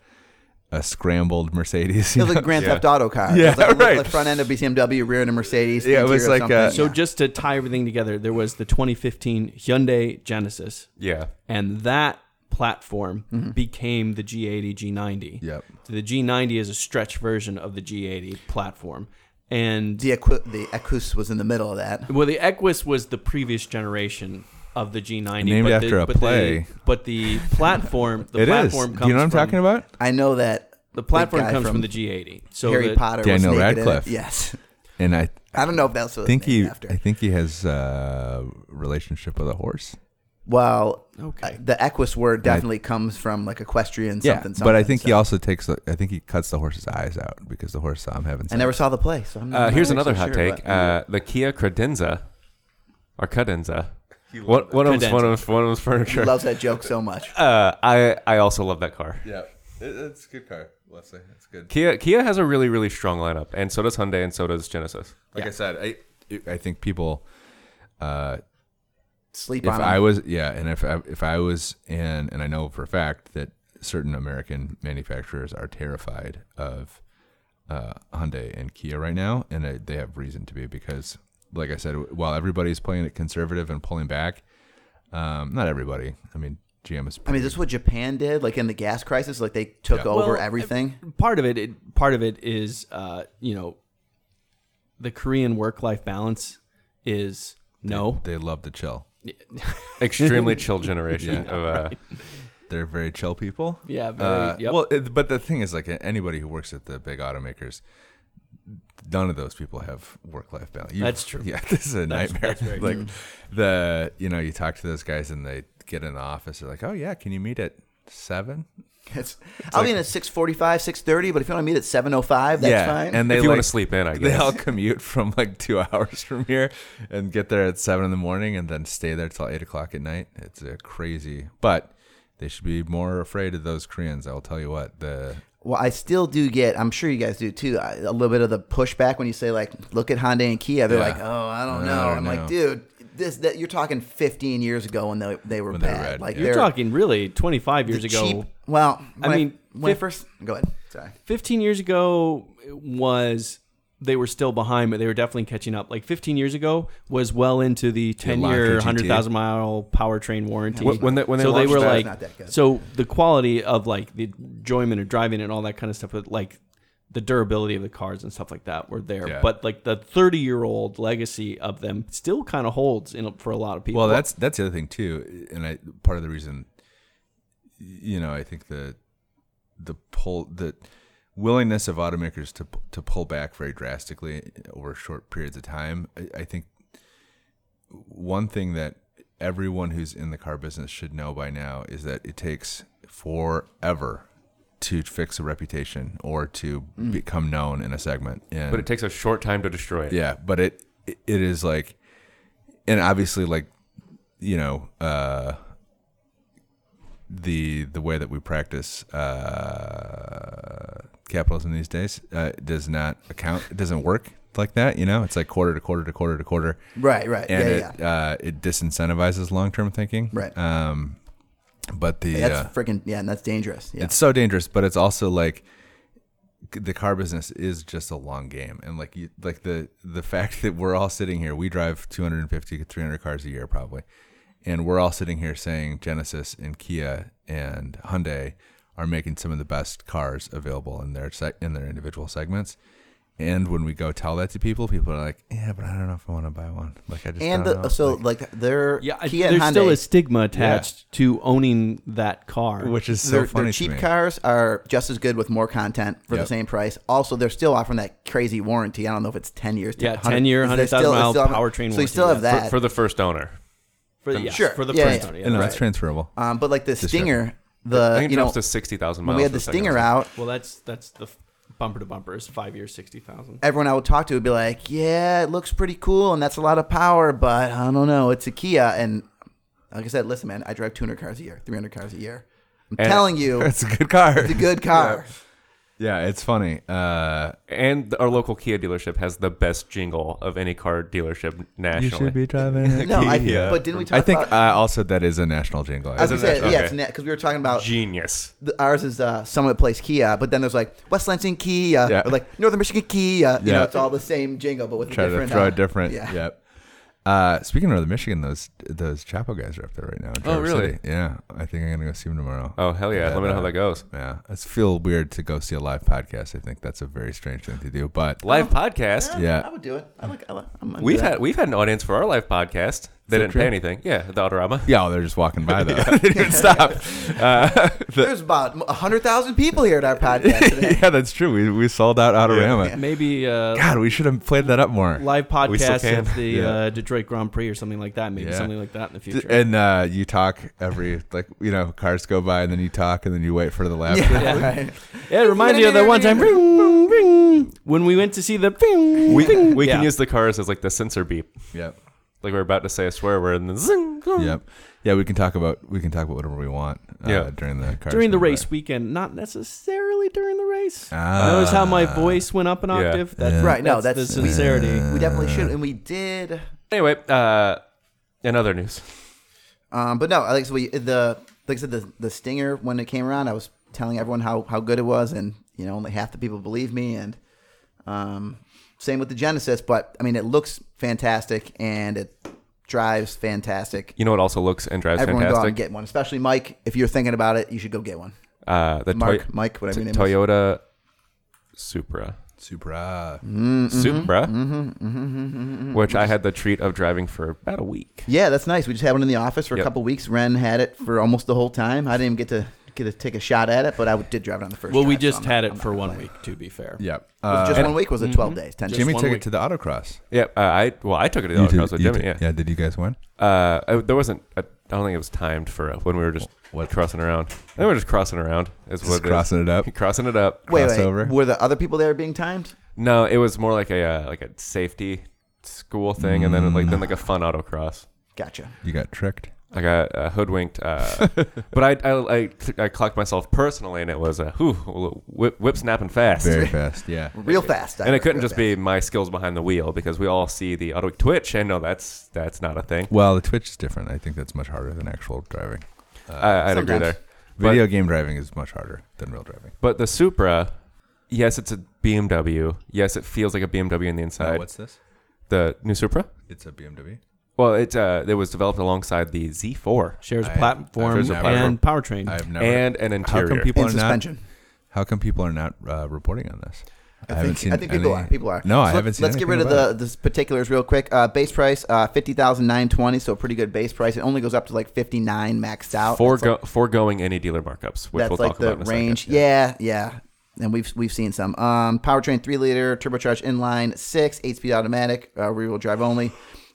S1: a scrambled Mercedes
S6: It
S1: you
S6: was like a
S1: know?
S6: Grand Theft Auto car.
S1: Yeah,
S6: it was like a little-
S1: right.
S6: The front end of BMW, rear end of Mercedes.
S1: Yeah, it was
S6: interior
S1: like,
S6: of
S1: uh,
S6: something,
S4: so
S6: yeah.
S4: just to tie everything together, there was the 2015 Hyundai Genesis,
S2: Yeah.
S4: and that platform
S6: Mm-hmm.
S4: became the G80 G90.
S1: Yep.
S4: So the G90 is a stretch version of the G80 platform, and
S6: the Equi- the Ecus was in the middle of that.
S4: Well, the Equus was the previous generation of the G90,
S1: Named
S4: but
S1: after
S4: the,
S1: a
S4: but
S1: play.
S4: The, but the platform, the
S1: It is.
S4: platform
S1: Do
S4: comes.
S1: you know what I'm
S4: from,
S1: talking about?
S6: I know that
S4: The platform
S6: that guy
S4: comes from, the G80. So
S6: Harry
S4: the,
S6: Potter.
S1: Daniel
S6: was naked in it.
S1: Radcliffe.
S6: Yes,
S1: And I
S6: I don't know if that's what
S1: I
S6: it's
S1: think he
S6: named after.
S1: I think he has a relationship with a horse.
S6: Well,
S4: Okay.
S6: uh, the equus word definitely comes from like equestrian something. something
S1: but I think he
S6: so-
S1: also takes. The, I think he cuts the horse's eyes out because the horse saw him having.
S6: I
S1: Sex.
S6: never saw the play, so I'm not
S2: Uh, here's
S6: actually
S2: another hot
S6: sure,
S2: take.
S6: but-
S2: Uh, the Kia Credenza or Cadenza. What one of them's
S4: Credenza.
S2: one of one of them's
S6: He
S2: furniture.
S6: loves that joke so much.
S2: Uh, I I also love that car.
S1: Yeah, it, it's a good car, Leslie. It's good.
S2: Kia Kia has a really really strong lineup, and so does Hyundai, and so does Genesis.
S1: Like I said, I I think people. Uh,
S6: Sleep
S1: if
S6: on
S1: I
S6: him.
S1: was yeah, and if I, if I was in, and I know for a fact that certain American manufacturers are terrified of uh, Hyundai and Kia right now, and uh, they have reason to be because, like I said, while everybody's playing it conservative and pulling back, um, not everybody. I mean, GM is.
S6: I mean, this is what Japan did, like in the gas crisis. Like they took
S1: Yeah.
S6: over
S4: Well,
S6: everything.
S4: part of it, it part of it is uh, you know the Korean work life balance is no.
S1: They love to chill.
S2: Extremely chill generation of uh,
S1: They're very chill people.
S4: Yeah, very,
S1: Uh,
S4: yep.
S1: Well, it, but the thing is, like anybody who works at the big automakers, none of those people have work-life balance. You-
S4: That's true.
S1: Yeah, this is a
S4: That's-
S1: nightmare.
S4: that's very
S1: like the you know you talk to those guys and they get in the office. They're like, oh yeah, can you meet at seven?
S6: It's, I'll be in at six forty-five, six thirty. But if you want to meet at seven o five, that's
S1: yeah,
S6: fine.
S1: and they
S2: if you want
S1: like-
S2: to sleep in, I
S1: They
S2: guess.
S1: all commute from like two hours from here and get there at seven in the morning and then stay there till eight o'clock at night. It's a crazy, but they should be more afraid of those Koreans. I will tell you what. The
S6: well, I still do get. I'm sure you guys do too. uh, I- A little bit of the pushback when you say like, "Look at Hyundai and Kia." They're
S1: Yeah.
S6: like, "Oh, I don't
S1: I
S6: know."
S1: don't
S6: I'm
S1: know.
S6: like, dude, this that you're talking 15 years ago when they, they were
S1: When they were
S6: bad.
S1: red,
S6: like
S1: yeah.
S6: they're
S4: You're talking really 25 years
S6: the
S4: ago.
S6: cheap- well,
S4: I
S6: when
S4: mean,
S6: when I
S4: fif-
S6: first go ahead. Sorry.
S4: 15 years ago was they were still behind, but they were definitely catching up. Like 15 years ago was well into the 10 year,
S1: Lockheed GT.
S4: 100,000 mile powertrain warranty.
S2: Wh- when they, when they
S4: so they
S2: launched
S4: were
S2: that-
S6: that,
S4: like,
S6: not that good.
S4: so the quality of like the enjoyment of driving and all that kind of stuff, but like the durability of the cars and stuff like that were there.
S1: Yeah.
S4: But like the 30 year old legacy of them still kind of holds in for a lot of people.
S1: Well, that's that's the other thing too, and I part of the reason, you know, I think the the pull the willingness of automakers to to pull back very drastically over short periods of time. I, I think one thing that everyone who's in the car business should know by now is that it takes forever to fix a reputation or to become known in a segment. And
S2: Mm. but it takes a short time to destroy it.
S1: yeah, but it it is like, and obviously like, you know, uh, the the way that we practice uh, capitalism these days uh, does not account. It doesn't work like that. You know, it's like quarter to quarter to quarter to quarter,
S6: Right, right.
S1: and
S6: yeah,
S1: it
S6: yeah.
S1: Uh, it disincentivizes long term thinking.
S6: Right.
S1: Um, but the
S6: That's
S1: uh,
S6: freaking yeah, and that's dangerous. Yeah.
S1: it's so dangerous but it's also like the car business is just a long game and like you like the the fact that we're all sitting here we drive 250 300 cars a year probably and we're all sitting here saying genesis and kia and hyundai are making some of the best cars available in their se- in their individual segments and when we go tell that to people people are like yeah but i don't know if i want to buy one like i just
S6: and
S1: don't
S6: the
S1: know.
S6: so
S1: Like,
S6: like they're
S4: yeah, I-
S6: Kia and
S4: there's
S6: Hyundai,
S4: still a stigma attached to owning that car.
S1: which is so
S6: their,
S1: funny
S6: their
S1: to
S6: cheap
S1: me.
S6: cars are just as good with more content for
S1: Yep.
S6: the same price. Also, they're still offering that crazy warranty. I don't know if it's ten years. to
S4: Yeah, 10 year,
S6: they're
S4: 100,000
S6: still-
S4: mile
S6: still having-
S4: powertrain
S6: So you still have
S4: warranty,
S6: that.
S2: For, for the first owner.
S4: for, yeah,
S6: Sure.
S4: for the
S6: Yeah,
S4: first
S6: yeah.
S4: one.
S1: and no,
S4: right.
S1: it's transferable
S6: um, but like the
S1: Disruptive.
S6: Stinger,
S2: I
S6: the
S2: think it
S6: Uh, you know
S2: drops to 60,000 miles.
S6: when we had
S2: for
S6: the
S2: second
S6: Stinger
S2: one.
S6: out,
S4: Well, that's that's the f- bumper to bumper is five years, sixty thousand.
S6: everyone I would talk to would be like, "Yeah, it looks pretty cool, and that's a lot of power, but I don't know, it's a Kia." And like I said, listen, man, I drive 200 cars a year, 300 cars a year. I'm
S2: And-
S6: telling you, it's
S1: it's a good car
S6: a good car.
S1: yeah it's funny uh
S2: And our local Kia dealership has the best jingle of any car dealership nationally.
S1: driving.
S6: No, I, but didn't we talk
S1: I think
S6: about?
S1: uh, also that is a national jingle.
S6: I was gonna say,
S2: okay.
S6: yeah, it's because we were talking about
S2: Genius.
S6: the, ours is uh, someone that plays Kia, but then there's like West Lansing Kia,
S1: Yeah.
S6: or like Northern Michigan Kia. You
S1: Yeah.
S6: know, it's all the same jingle, but with
S1: Try
S6: a
S1: to
S6: different.
S1: throw a
S6: uh,
S1: different.
S6: Yeah.
S1: Yep. Uh, speaking of the Michigan, those those Chapo guys are up there right now. in Traverse
S2: really?
S1: City. Yeah, I think I'm gonna go see them tomorrow.
S2: Oh, hell yeah. Let me know how that goes.
S1: Yeah, it's feel weird to go see a live podcast. I think that's a very strange thing to do,
S6: Oh,
S1: but
S2: Live podcast.
S1: Yeah.
S6: I would do it. I like. I like I'm into
S2: We've
S6: that.
S2: had we've had an audience for our live podcast. They
S1: that
S2: didn't
S1: true?
S2: pay anything. Yeah, the Autorama.
S1: yeah, oh, they're just walking by though. they didn't even stop.
S6: There's about hundred thousand people here at our podcast today.
S1: yeah, that's true. We, we sold out Autorama.
S4: Maybe uh,
S1: God, we should have played that up more.
S4: live
S2: We still
S4: podcast
S2: can.
S4: of the
S1: Yeah.
S4: uh, Detroit Grand Prix or something like that. Maybe
S1: Yeah.
S4: something like that in the
S1: D-
S4: future.
S1: And uh, you talk every like you know cars go by and then you talk and then you wait for the lap.
S6: Yeah. Right.
S4: yeah, it reminds me of that one time ring, ring, when we went to see the ring,
S2: We,
S4: ring.
S2: we can
S4: Yeah.
S2: use the cars as like the sensor beep.
S1: Yep.
S2: Like we're about to say a swear word and then zing. zing.
S1: Yep. Yeah, we can talk about we can talk about whatever we want. Uh,
S2: Yeah.
S1: During the cars
S4: during the
S1: going by.
S4: race weekend, not necessarily during the race.
S1: Ah.
S4: Notice how my voice went up an
S2: Yeah.
S4: octave. That's
S6: Right, no,
S4: that's, the
S6: that's-
S4: sincerity.
S6: We definitely
S2: Uh.
S6: should, and we did.
S2: Anyway, uh, in other news,
S6: Um, but no, like so we the like I said the the stinger when it came around, I was telling everyone how how good it was, and you know only half the people believe me, and um, same with the Genesis. But I mean, it looks fantastic and it drives fantastic.
S2: you know what also looks and drives
S6: Everyone go out and
S2: fantastic.
S6: get one, especially Mike. If you're thinking about it, you should go get one.
S2: uh, the
S6: Mark,
S2: Toy-
S6: Mike, whatever your name is.
S2: Toyota Supra.
S1: Supra.
S2: Mm.
S6: Mm-hmm,
S2: Supra, which I had the treat of driving for about a week.
S6: Yeah, that's nice. We just had one in the office for
S2: Yep.
S6: a couple weeks. Ren had it for almost the whole time. I didn't even get to get to take a shot at it, but I did drive it on the first.
S4: Well, we
S6: drive, so
S4: just
S6: I'm not-
S4: had
S6: I'm
S4: it
S6: not
S4: for one
S6: complaining.
S4: week, to be fair.
S1: Yep.
S6: Was
S1: Uh,
S6: it just
S2: and-
S6: one week? Was it
S1: Mm-hmm.
S6: twelve days? Ten. days?
S1: Jimmy
S4: one
S1: took
S4: week.
S1: it to the autocross.
S2: Yeah, uh, I well, I took it to the autocross with
S1: you
S2: Jimmy.
S1: did-
S2: Yeah,
S1: Did you guys win?
S2: Uh, I, there wasn't. I I don't think it was timed for when we were just
S1: What?
S2: crossing around. I think we were just crossing around. Is
S1: Just
S2: what it is.
S1: crossing it up.
S2: crossing it up.
S6: Wait,
S1: crossover?
S6: wait. Were the other people there being timed?
S2: No, it was more like a uh, like a safety school thing, and then like then like a fun autocross.
S6: Gotcha.
S1: You got tricked.
S2: I got uh, hoodwinked, uh, but I I, I, th- I clocked myself personally, and it was a whew, whip, whip snapping fast,
S1: Very fast. Yeah.
S6: real fast. I
S2: and it
S6: heard,
S2: couldn't
S6: real
S2: just
S6: fast.
S2: be my skills behind the wheel because we all see the auto twitch, and no, that's that's not a thing.
S1: Well, the Twitch is different. I think that's much harder than actual driving.
S2: I, I'd agree
S6: sometimes.
S2: there. But-
S1: Uh, Video game driving is much harder than real driving.
S2: But the Supra, yes, it's a BMW. Yes, it feels like a BMW on
S6: Oh,
S2: the
S1: Uh,
S2: inside.
S1: what's this?
S2: the new Supra?
S1: It's a BMW.
S2: Well, it uh, it was developed alongside the Z4
S4: Shares a
S1: I-
S4: platform
S1: Shares a
S4: and powertrain.
S1: I've never.
S2: and an
S1: how
S2: interior.
S1: come people
S6: in
S1: are not?
S6: suspension.
S1: How come people are not uh, reporting on this? I, haven't
S6: think, I think people
S1: any-
S6: are. People are.
S1: No, I
S6: So
S1: haven't seen.
S6: Let's get rid
S1: anything
S6: of
S1: about
S6: the the particulars real quick. Uh, base price uh, fifty thousand nine twenty, so a pretty good base price. It only goes up to like fifty nine maxed out. Oh, That's
S2: Forego- foregoing any dealer markups, which
S6: that's
S2: we'll
S6: like
S2: talk
S6: the
S2: about in a
S6: range.
S2: second.
S6: yeah. yeah, And we've we've seen some. Um, powertrain three liter turbocharged inline six, eight speed automatic, uh, rear wheel drive only.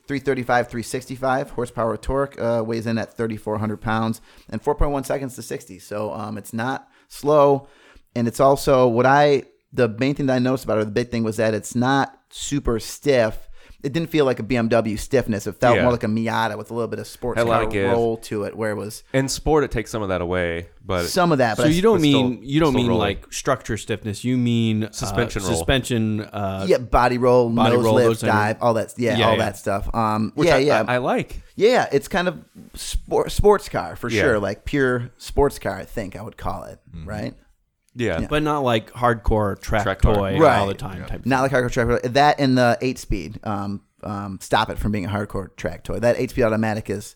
S6: 335, 365 horsepower of torque uh, weighs in at 3,400 pounds and 4.1 seconds to 60. So um, it's not slow, and it's also what I the main thing that I noticed about it, or the big thing was that it's not super stiff. It didn't feel like a BMW stiffness. It felt
S2: Yeah.
S6: more like a Miata with a little bit of sports
S2: Had a lot
S6: car
S2: of give.
S6: roll to it, where it was
S2: In sport, it takes some of that away, but
S6: some of that. But
S4: so
S6: I
S4: you don't
S2: but still-
S4: mean you don't
S2: still
S4: mean
S2: rolling.
S4: like structure stiffness. You mean uh,
S2: Suspension roll.
S4: suspension. Uh,
S6: yeah, body roll,
S4: Body
S6: nose
S4: roll, those
S6: lift,
S4: things.
S6: dive, all that. Yeah,
S4: Yeah,
S6: all
S4: yeah.
S6: that stuff. Um,
S2: which
S6: yeah,
S2: I,
S6: yeah,
S2: I, I like.
S6: yeah. It's kind of sport, sports car for
S2: Yeah.
S6: sure, like pure sports car. I think I would call it right.
S2: Yeah.
S4: but not like hardcore track,
S2: Track car.
S4: toy all
S6: Right.
S4: the time. Type of
S6: Not like hardcore track. toy. That and the eight speed. Um, um, stop it from being a hardcore track toy. That eight speed automatic is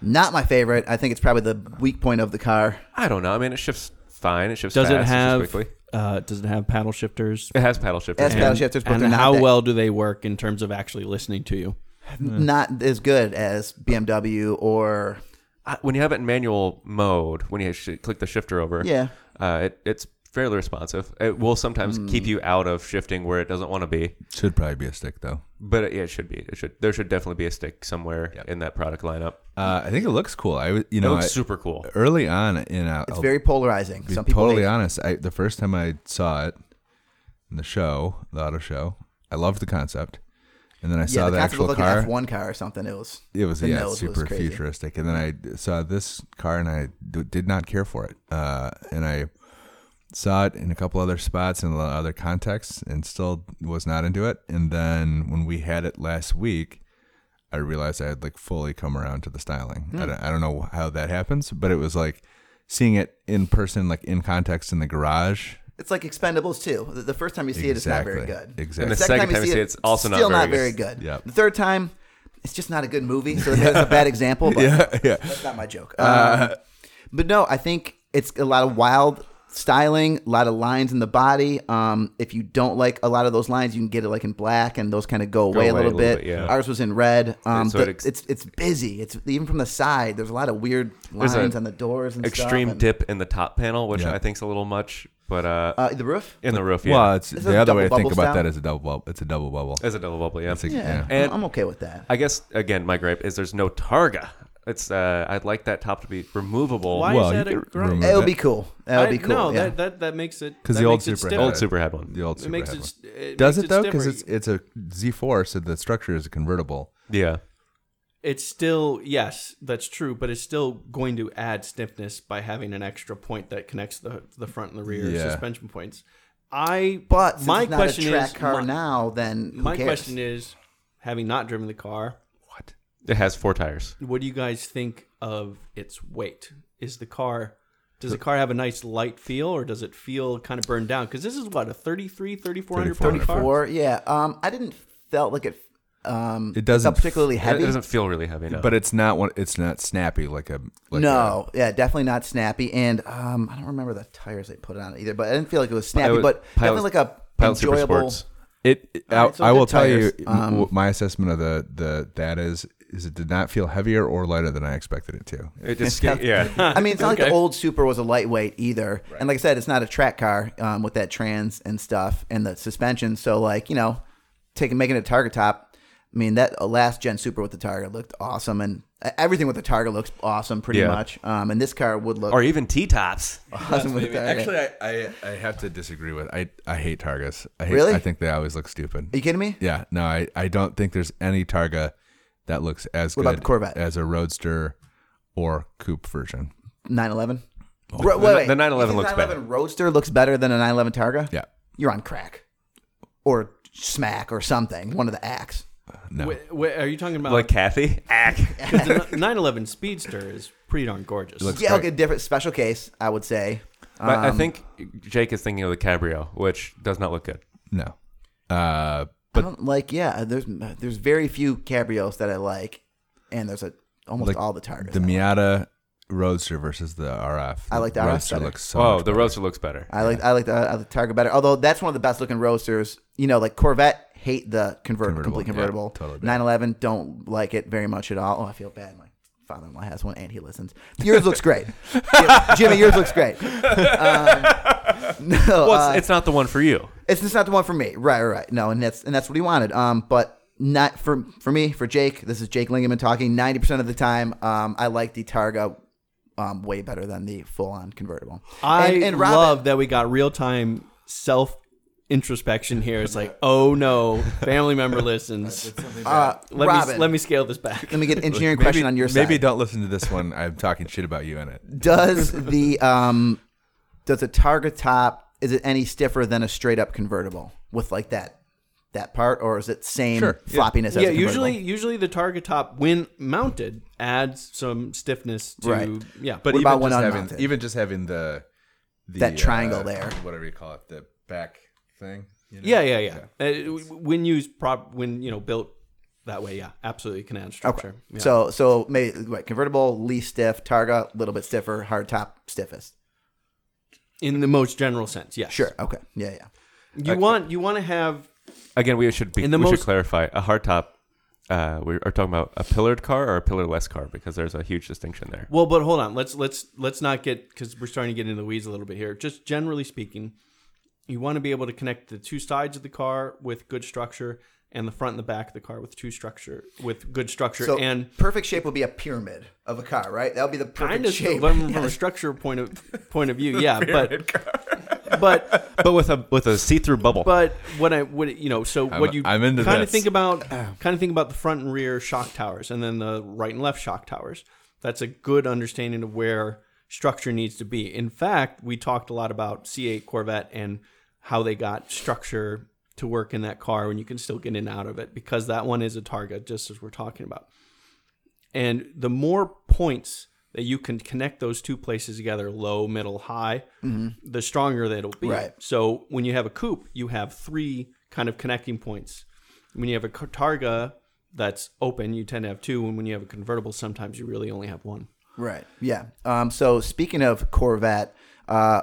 S6: not my favorite. I think it's probably the weak point of the car.
S2: I don't know. I mean, it shifts fine. It shifts
S4: Does
S2: fast.
S4: it
S2: shifts
S4: have?
S2: quickly.
S4: Uh, does it have paddle shifters?
S2: It has paddle shifters.
S6: It has
S2: yeah.
S6: paddle shifters, but
S4: and
S6: they're not
S4: how
S6: that-
S4: well do they work in terms of actually listening to you?
S6: Not as good as BMW or
S2: I- when you have it in manual mode, when you sh- click the shifter over,
S6: Yeah.
S2: uh, it, it's fairly responsive. It will sometimes keep
S6: Hmm.
S2: you out of shifting where it doesn't want to be,
S1: it. Should probably be a stick though.
S2: but it, yeah, it should be. It should. There should definitely be a stick somewhere in that product lineup.
S1: Uh, I think it looks cool. I was, you
S2: It
S1: know, Uh,
S2: looks
S1: I-
S2: super cool.
S1: early on in uh,
S6: it's
S1: I'll
S6: very polarizing.
S1: be
S6: Some people
S1: totally
S6: hate-
S1: honest. I, the first time I saw it in the show, the auto show, I loved the concept, and then I
S6: yeah,
S1: saw
S6: the,
S1: the,
S6: concept
S1: actual
S6: looked
S1: car.
S6: like an F one car or something. It was
S1: it was
S6: the
S1: yeah,
S6: nose was
S1: super
S6: crazy.
S1: futuristic. And then I d- saw this car and I d- did not care for it. Uh, and I saw it in a couple other spots and a lot of other contexts and still was not into it. And then when we had it last week, I realized I had like fully come around to the styling.
S6: Hmm.
S1: I, don't, I don't know how that happens, but it was like seeing it in person, like in context in the garage.
S6: It's like Expendables too. The the first time you see it, it's not very
S1: Exactly.
S6: good.
S1: Exactly.
S2: And the second time you see it, it's also not
S6: still
S2: very
S6: not very
S2: good.
S6: good.
S1: Yep.
S6: The third time, it's just not a good movie. So that's a bad example. But
S1: yeah, yeah.
S6: that's not my joke.
S2: Uh,
S6: Um, but no, I think it's a lot of wild styling, a lot of lines in the body. Um, if you don't like a lot of those lines, you can get it like in black, and those kind of go, away, a
S2: away
S6: little, bit.
S2: yeah.
S6: Ours was in red. Um,
S2: so
S6: the-
S2: it ex-
S6: it's it's busy. It's even from the side. There's a lot of weird
S2: There's a
S6: lines on the doors and
S2: Extreme
S6: stuff, and-
S2: dip in the top panel, which
S1: Yeah.
S2: I think's a little much, but uh,
S6: Uh, the roof.
S2: in the roof, yeah,
S1: Well, it's,
S6: Is it
S1: the
S6: a
S1: other way to
S6: double
S1: think
S6: bubble
S1: about
S6: style?
S1: that is a double bubble. It's a double bubble.
S2: as a double bubble, yeah.
S1: It's a-
S6: Yeah,
S2: And-
S6: I'm okay with that.
S2: I guess again, my gripe is there's no targa. It's uh, I'd like that top to be removable.
S4: Why
S1: Well, you
S4: is that a
S1: could
S4: gripe?
S1: remove
S6: It would
S1: it.
S6: be cool. That would
S4: I-
S6: be cool.
S4: No,
S6: yeah.
S4: that, that that makes it
S1: 'Cause
S4: that
S1: the old
S4: makes it
S1: Supra had
S2: Old
S1: it.
S4: stiffer.
S2: Super had one.
S1: The old
S4: It
S1: super
S4: makes
S1: had
S4: it.
S1: one.
S4: st- it
S1: Does
S4: makes
S1: it though? Because
S4: stiffer.
S1: it's it's a Z4, so the structure is a convertible.
S2: Yeah,
S4: it's still yes, that's true, but it's still going to add stiffness by having an extra point that connects the the front and the rear
S1: Yeah.
S4: suspension points. I
S6: But since
S4: my
S6: it's not
S4: question
S6: a track
S4: is
S6: car
S4: my,
S6: now, then who
S4: my
S6: cares?
S4: question is, having not driven the car,
S2: it has four tires.
S4: what do you guys think of its weight? Is the car does the car have a nice light feel or does it feel kind of burned down? Because this is what a 33, 3400 pound car?
S6: or yeah, um, I didn't felt like it. Um,
S1: It doesn't
S6: felt particularly
S1: f-
S2: It
S6: heavy.
S2: doesn't feel really heavy, no.
S1: But it's not one. It's not snappy like a. Like
S6: no, yeah, definitely not snappy. And um, I don't remember the tires they put on it either. But I didn't feel like it was snappy.
S2: Pilot-
S6: but
S2: Pilot-
S6: definitely like a
S2: Pilot Super
S6: enjoyable.
S2: Sports.
S1: a, it. it- I,
S6: Alright, so
S1: I will
S6: good
S1: tell you
S6: tires. Um,
S1: w- my assessment of the the that is is it did not feel heavier or lighter than I expected it to.
S2: It just yeah.
S6: I mean, it's not like the old Super was a lightweight either. And like I said, it's not a track car um, with that trans and stuff and the suspension. So like you know, taking making it a Targa top. I mean, that uh, last gen Super with the Targa looked awesome, and uh, everything with the Targa looks awesome pretty
S2: Yeah.
S6: much. Um, and this car would look
S2: or even T tops.
S6: awesome with the Targa.
S1: Actually, I, I I have to disagree with. I I hate Targas. I hate,
S6: Really?
S1: I think they always look stupid.
S6: Are you kidding me?
S1: Yeah, no, I, I don't think there's any Targa that looks as
S6: What
S1: good
S6: about the Corvette?
S1: as a Roadster or coupe version.
S6: 911.
S2: Oh, the- the 911 looks better.
S6: Roadster looks better than a 911 Targa.
S1: Yeah.
S6: You're on crack, or smack, or something. One of the acts.
S1: No.
S4: Wait, wait, are you talking about
S2: Like Kathy? Ack.
S4: 'cause the 911 Speedster is pretty darn gorgeous.
S6: yeah, okay, different special case, I would say.
S2: But I think Jake is thinking of the Cabrio, which does not look good.
S1: No. Uh,
S6: But like, yeah, there's there's very few cabrios that I like, and there's a almost
S1: Like,
S6: all the Targas.
S1: the Miata Roadster versus the RF.
S6: I like the RF
S1: Roadster
S6: better.
S1: looks so.
S2: Oh,
S1: much
S2: the Roadster looks better.
S6: I like I like the, uh, the Targa better. Although that's one of the best looking roasters. You know, like Corvette hate the convert,
S1: Convertible,
S6: complete
S1: yeah,
S6: convertible.
S1: totally bad.
S6: 911 don't like it very much at all. Oh, I feel bad. My father-in-law has one and he listens. Yours looks great, Jim- Jimmy. Yours looks great. Um, no,
S2: Well,
S6: uh,
S2: it's, it's not the one for you.
S6: it's just not the one for me. Right, right, right. No, and that's and that's what he wanted. Um, but not for for me, for Jake. This is Jake Lingaman talking. Ninety percent of the time, um, I like the Targa, um, way better than the full on convertible.
S4: I
S6: And- and Robin-
S4: love that we got real time self introspection here. It's like, oh no, family member listens.
S6: Uh,
S4: Let
S6: Robin,
S4: me let me scale this back.
S6: let me get an engineering
S1: Maybe,
S6: question on your
S1: maybe
S6: side.
S1: don't listen to this one. I'm talking shit about you in it.
S6: Does the um, does a Targa top is it any stiffer than a straight up convertible with like that that part, or is it same
S1: Sure, yeah.
S6: floppiness? as
S4: yeah,
S6: a convertible?
S4: usually usually the target top when mounted adds some stiffness to
S6: Right.
S4: yeah.
S1: But
S6: What
S1: even
S6: about when
S1: just
S6: unmounted?
S1: having even just having the, the uh,
S6: That triangle there.
S1: whatever you call it, the back thing. you know?
S4: yeah, yeah, yeah. Uh, w- when used prop when you know built that way, yeah, absolutely can add structure. Yeah.
S6: So so maybe right, convertible least stiff, Targa a little bit stiffer, hard top stiffest.
S4: in the most general sense, yeah,
S6: Sure. Okay. Yeah. Yeah.
S4: You want you want to have
S2: Again, we should be,
S4: In the
S2: we
S4: most-
S2: should clarify a hardtop. Uh, we are talking about a pillared car or a pillarless car because there's a huge distinction there.
S4: Well, but hold on. Let's let's let's not get because we're starting to get into the weeds a little bit here. Just generally speaking, you want to be able to connect the two sides of the car with good structure, and the front and the back of the car with two structure with good structure,
S6: So
S4: and
S6: perfect shape would be a pyramid of a car, right? That would be the perfect
S4: kind of
S6: shape.
S4: from, from a structure point of point of view. Yeah, but but
S2: But with a with a see through bubble.
S4: But what I what you know, so
S1: I'm-
S4: what you
S1: I'm into
S4: kind of
S1: this.
S4: think about kind of think about the front and rear shock towers, and then the right and left shock towers. That's a good understanding of where structure needs to be. In fact, we talked a lot about C8 Corvette and how they got structure to work in that car, and you can still get in and out of it because that one is a target, just as we're talking about. And the more points that you can connect those two places together, low, middle, high, the stronger that'll be.
S6: Mm-hmm. Right.
S4: So when you have a coupe, you have three kind of connecting points. When you have a car- Targa that's open, you tend to have two. And when you have a convertible, sometimes you really only have one.
S6: Right. Yeah. Um, so speaking of Corvette, uh,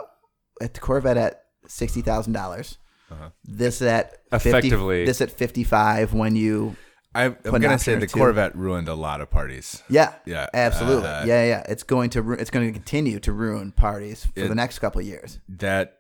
S6: at the Corvette at sixty thousand dollars,
S1: Uh-huh.
S6: this at 50,
S2: Effectively.
S6: this at fifty five when you
S1: I, I'm
S6: an
S1: gonna
S6: option
S1: say
S6: or
S1: the
S6: two.
S1: Corvette ruined a lot of parties.
S6: yeah
S1: Yeah,
S6: absolutely
S1: uh,
S6: yeah yeah it's going to ru- it's going to continue to ruin parties for
S1: It-
S6: the next couple of years.
S1: That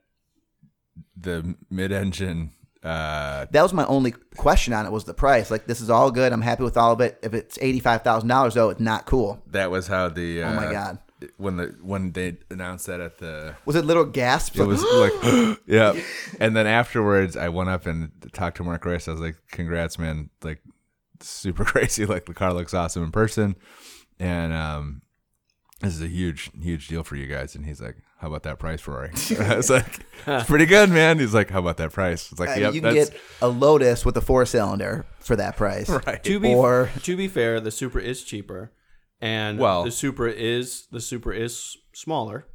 S1: the mid-engine. Uh,
S6: that was my only question on it was the price. Like this is all good. I'm happy with all of it. If it's eighty five thousand dollars though, it's not cool.
S1: that was how the. Uh,
S6: Oh my God.
S1: When the when they announced that at the
S6: Was it little gasps?
S1: it was like yeah and then afterwards i went up and talked to mark rice i was like congrats man like super crazy like the car looks awesome in person and um this is a huge huge deal for you guys and he's like how about that price rory i was like it's pretty good man he's like how about that price it's like
S6: I mean,
S1: yep
S6: you can
S1: that's
S6: get a Lotus with a four cylinder for that price.
S1: right
S4: To be
S6: Or-
S4: to be fair, the Supra is cheaper, and
S1: Well-
S4: the Supra is the Supra is smaller.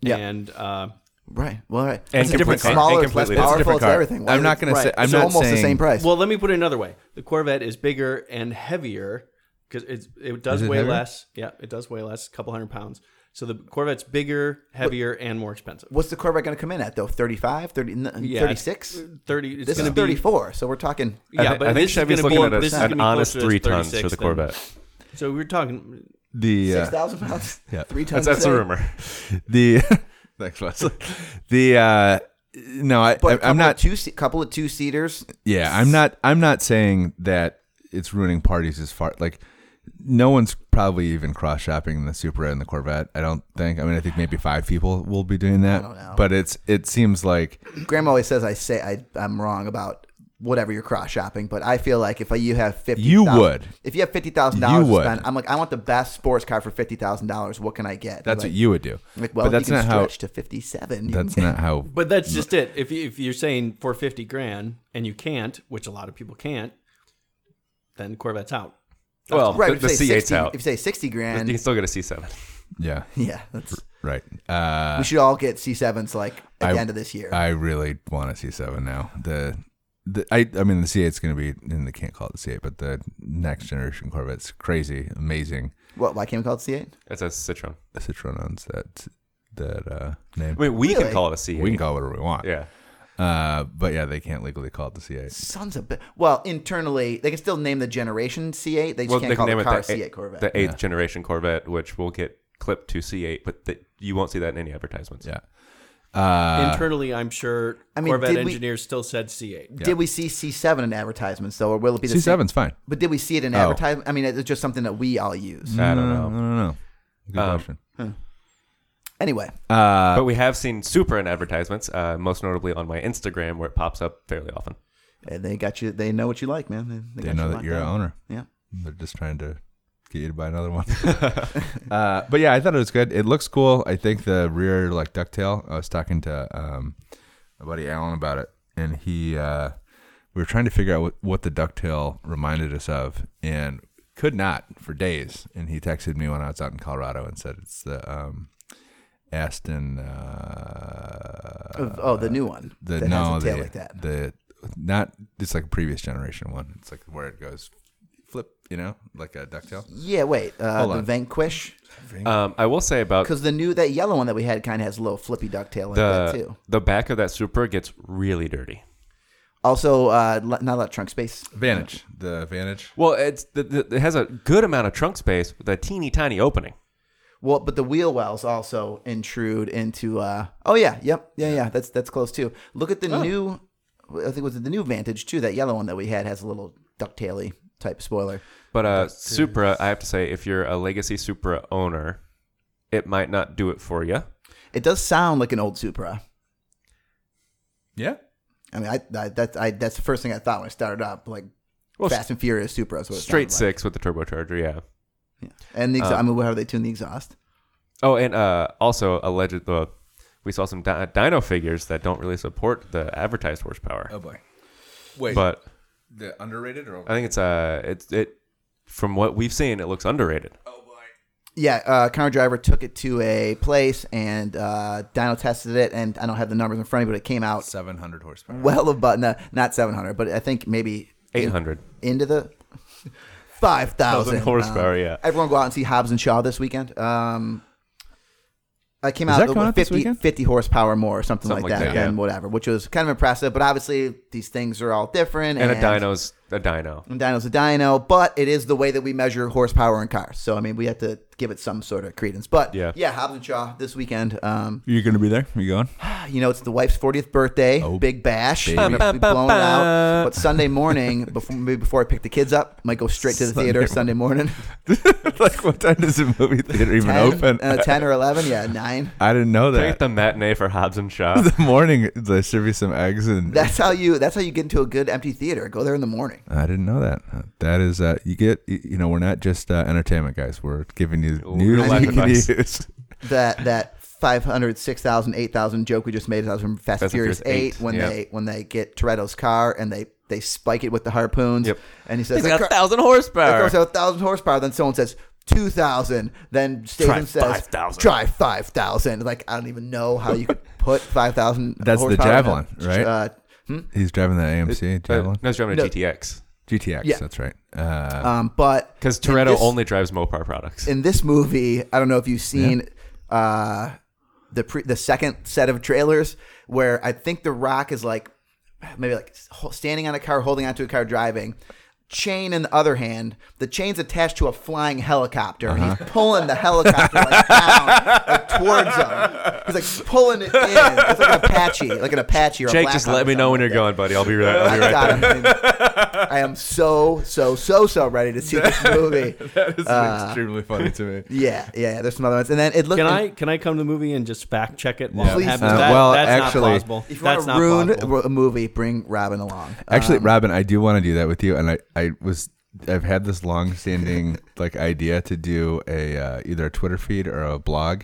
S6: Yeah.
S4: And uh,
S6: Right. Well, right.
S2: And
S6: it's a
S2: complete
S6: different,
S2: car.
S6: smaller,
S2: And
S6: it's less
S2: completely- that's a
S6: powerful,
S1: different
S6: it's
S1: car.
S6: everything.
S1: I'm not gonna
S6: Right.
S1: say- I'm
S6: it's
S1: not
S6: almost the
S1: saying-
S6: same price.
S4: Well, let me put it another way. The Corvette is bigger and heavier because it does
S1: Is it
S4: weigh
S1: heavier?
S4: less. Yeah, it does weigh less, a couple hundred pounds. So the Corvette's bigger, heavier, and more expensive.
S6: What's the Corvette going to come in at though? 35, 30,
S4: Yeah.
S6: 36?
S4: Thirty. It's
S6: This
S4: gonna
S6: is 34. So we're talking
S4: Be, yeah,
S2: I, thi-
S4: but
S2: I think
S4: this
S2: Chevy's
S4: is gonna
S2: looking
S4: be,
S2: at a-
S4: this is gonna
S2: an
S4: be
S2: honest
S4: closer to
S2: three tons for
S4: 36
S2: the
S4: than-
S2: Corvette.
S4: So we're talking.
S1: the uh,
S6: 6,000 pounds.
S1: Yeah.
S6: Three tons.
S2: That's, that's
S6: a
S2: a
S6: day.
S2: rumor.
S1: the thanks Leslie. the uh no i
S6: But a
S1: I- i'm
S6: couple
S1: not
S6: of two se- couple of two seaters.
S1: Yeah, I'm not. I'm not saying that it's ruining parties as far like no one's probably even cross shopping the Supra and the Corvette. I don't think. I mean, I think maybe five people will be doing that.
S6: don't know.
S1: But it's it seems like
S6: Grandma always says I say I, I'm wrong about whatever you're cross shopping. But I feel like if you have fifty,
S1: You would.
S6: If you have fifty thousand
S1: You
S6: dollars to
S1: would.
S6: spend, I'm like, I want the best sports car for fifty thousand dollars. What can I get?
S1: That's
S6: like,
S1: what you would do.
S6: Like, well,
S1: but that's
S6: you can
S1: not how.
S6: stretch to fifty-seven. you
S1: That's
S6: can-
S1: not how.
S4: But that's just it. If, you, if you're saying for 50 grand and you can't, which a lot of people can't, then Corvette's out.
S2: Well,
S6: right.
S2: the, the
S6: if you say
S2: C8's
S6: 60
S2: out.
S6: If you say sixty
S2: you
S6: grand,
S2: can still get a C7.
S1: Yeah.
S6: yeah, that's,
S1: Right. Uh,
S6: we should all get C7s like at the
S1: I-
S6: end of this year.
S1: I really want a C7 now. The, the I I mean the C8's going to be and they can't call it the C8, but the next generation Corvette's crazy, amazing.
S6: what? Why can't we call it C8?
S2: It's a Citroen.
S1: The Citroen owns that that uh, name.
S2: I mean, we
S6: Really?
S2: can call it a C8.
S1: we can call it whatever we want.
S2: Yeah.
S1: Uh, but yeah, they can't legally call it the C8.
S6: Sons of bi- well, internally they can still name the generation C8. They just
S2: Well,
S6: can't
S2: they
S6: call
S2: can name
S6: the
S2: it
S6: car
S2: the, eight-
S6: C8 Corvette.
S2: the eighth generation Corvette, which will get clipped to C8, but th- you won't see that in any advertisements.
S1: Yeah. Uh,
S4: Internally, I'm sure
S6: I mean,
S4: Corvette
S6: did we-
S4: engineers still said C8.
S6: Did we see C7 in advertisements though, or will it be the same?
S1: C7's fine.
S6: But did we see it in
S1: Oh.
S6: advertisement? I mean, it's just something that we all use.
S2: I don't
S1: Mm, I
S2: know.
S1: don't know. Good
S2: Um,
S1: question.
S6: Anyway,
S1: Uh,
S2: But we have seen Super in advertisements, uh, most notably on my Instagram, where it pops up fairly often.
S6: and they got you. They know what you like, man. They,
S1: they
S6: got
S1: know
S6: you
S1: that
S6: locked
S1: you're an
S6: down.
S1: owner.
S6: Yeah.
S1: They're just trying to get you to buy another one. uh, but yeah, I thought it was good. It looks cool. I think the rear like ducktail. I was talking to um, my buddy Alan about it, and he uh, we were trying to figure out what, what the ducktail reminded us of, and could not for days. And he texted me when I was out in Colorado and said it's the um, Aston. Uh,
S6: Of- oh, the new one.
S1: the
S6: that
S1: no
S6: has a tail
S1: the,
S6: like that.
S1: the not it's like a previous generation one it's like where it goes flip you know like a ducktail
S6: yeah, wait. Uh,
S1: Hold
S6: the
S1: on.
S6: Vanquish,
S2: Um, I will say about
S6: because the new that yellow one that we had kind of has a little flippy ducktail in
S2: the
S6: it too.
S2: the back of that Super gets really dirty.
S6: Also, uh, le- not a lot of trunk space.
S1: vantage the vantage
S2: Well, it's the, the, it has a good amount of trunk space with a teeny tiny opening.
S6: Well, but the wheel wells also intrude into. Uh, oh yeah, yep, yeah, yeah. That's that's close too. Look at the
S1: Oh.
S6: new. I think it was the new Vantage too. That yellow one that we had has a little ducktaily type spoiler.
S2: But uh, Supra, I have to say, if you're a legacy Supra owner, it might not do it for you.
S6: It does sound like an old Supra.
S1: yeah
S6: I mean, I, I that's I that's the first thing I thought when I started up. Like
S2: Well,
S6: Fast and Furious Supra. Is what it
S2: Straight Uh,
S6: sounded like.
S2: six with the turbocharger, yeah.
S6: And the exhaust. I mean, how do they tune the exhaust?
S2: Oh, and uh, also alleged uh, we saw some di- dyno figures that don't really support the advertised horsepower.
S1: oh boy wait
S2: But
S1: the underrated or
S2: I think it's uh, it's it from what we've seen, it looks underrated.
S1: Oh,
S6: Yeah, uh, Car Driver took it to a place and uh, dyno tested it, and I don't have the numbers in front of me, but it came out
S1: 700 horsepower
S6: well above no, not 700, but I think maybe
S2: Eight hundred.
S6: into the 5,000
S2: Thousand horsepower, yeah.
S6: Everyone go out and see Hobbs and Shaw this weekend. Um, I came out
S1: that
S6: with
S1: come out this
S6: 50,
S1: weekend?
S6: 50 horsepower more or something,
S2: Something
S6: like
S2: like that,
S6: that,
S2: yeah.
S6: and whatever, which was kind of impressive. But obviously, these things are all different.
S2: And, a dyno's a dyno.
S6: And dyno's a dyno, but it is the way that we measure horsepower in cars. So I mean, we have to give it some sort of credence. But
S2: Yeah.
S6: yeah, Hobbs and Shaw this weekend. Um,
S1: you're gonna be there you going
S6: you know, it's the wife's 40th birthday,
S1: Oh,
S6: big bash,
S1: baby.
S6: I'm gonna be blown out. But Sunday morning, before maybe before I pick the kids up, might go straight to the
S1: Sunday
S6: theater
S1: morning.
S6: Sunday morning,
S1: like what time does the movie theater even
S6: 10,
S1: open
S6: uh, ten or eleven, yeah, nine.
S1: i didn't know
S2: Can I get
S1: that
S2: the matinee for Hobbs and Shaw?
S1: the morning they serve you some eggs and
S6: That's how you. That's how you get into a good empty theater. Go there in the morning.
S1: I didn't know that. That is, uh, you get, you you know, we're not just uh, entertainment guys. We're giving you news
S2: life
S1: you can
S2: advice.
S1: use.
S6: That that 500, 6,000, 8,000 joke we just made that was from Fast, and
S2: Fast and
S6: Furious
S2: Furious
S6: 8,
S2: 8,
S6: when
S2: yeah.
S6: they when they get Toretto's car and they they spike it with the harpoons.
S2: Yep.
S6: And he says
S2: It's like
S6: "The
S2: a
S6: car-
S2: thousand
S6: It
S2: horsepower.
S6: goes out thousand horsepower. Then someone says two thousand. Then Statham says
S2: 5,000.
S6: Try five thousand. Like I don't even know how you could put five thousand.
S1: That's the Javelin, right?
S6: Uh,
S1: He's driving that AMC
S2: Uh,
S1: Javelin
S2: no, it's driving a
S6: No.
S2: GTX
S1: GTX.
S6: Yeah.
S1: That's right. Uh,
S6: um, but
S2: because Toretto
S6: this-
S2: only drives Mopar products.
S6: in this movie, I don't know if you've seen uh, the pre- the second set of trailers where I think The Rock is like maybe like ho- standing on a car, holding onto a car, driving. Chain in the other hand, the chain's attached to a
S2: Uh-huh.
S6: flying helicopter, and he's pulling the helicopter like, down like, towards him. He's like pulling it in. It's like an Apache, like an Apache or a
S2: Jake,
S6: Black
S2: just
S6: Hawk
S2: let
S6: or
S2: me know when you're
S6: something
S2: going, buddy. I'll be right. I'll be right
S6: like that. I got him. I am so so so so ready to see this movie.
S1: This is
S6: Uh,
S1: extremely funny to me.
S6: Yeah, yeah, yeah. There's some other ones, and then it looked.
S4: Can
S6: and
S4: I can I come to the movie and just fact check it? While
S6: Please
S4: it happens?
S6: don't. Uh,
S4: That-
S1: well,
S4: that's
S1: actually,
S4: not plausible.
S6: If you
S4: that's
S6: want
S4: not
S6: to ruin
S4: plausible.
S6: a movie, bring Robin along.
S1: Actually,
S6: Um,
S1: Robin, I do want to do that with you, and I, I was I've had this long-standing like idea to do a uh, either a Twitter feed or a blog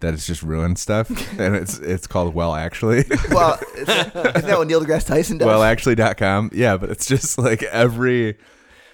S1: that is just ruined stuff, and it's it's called Well Actually,
S6: well, is that what Neil deGrasse Tyson does?
S1: WellActually.com. Yeah, but it's just like every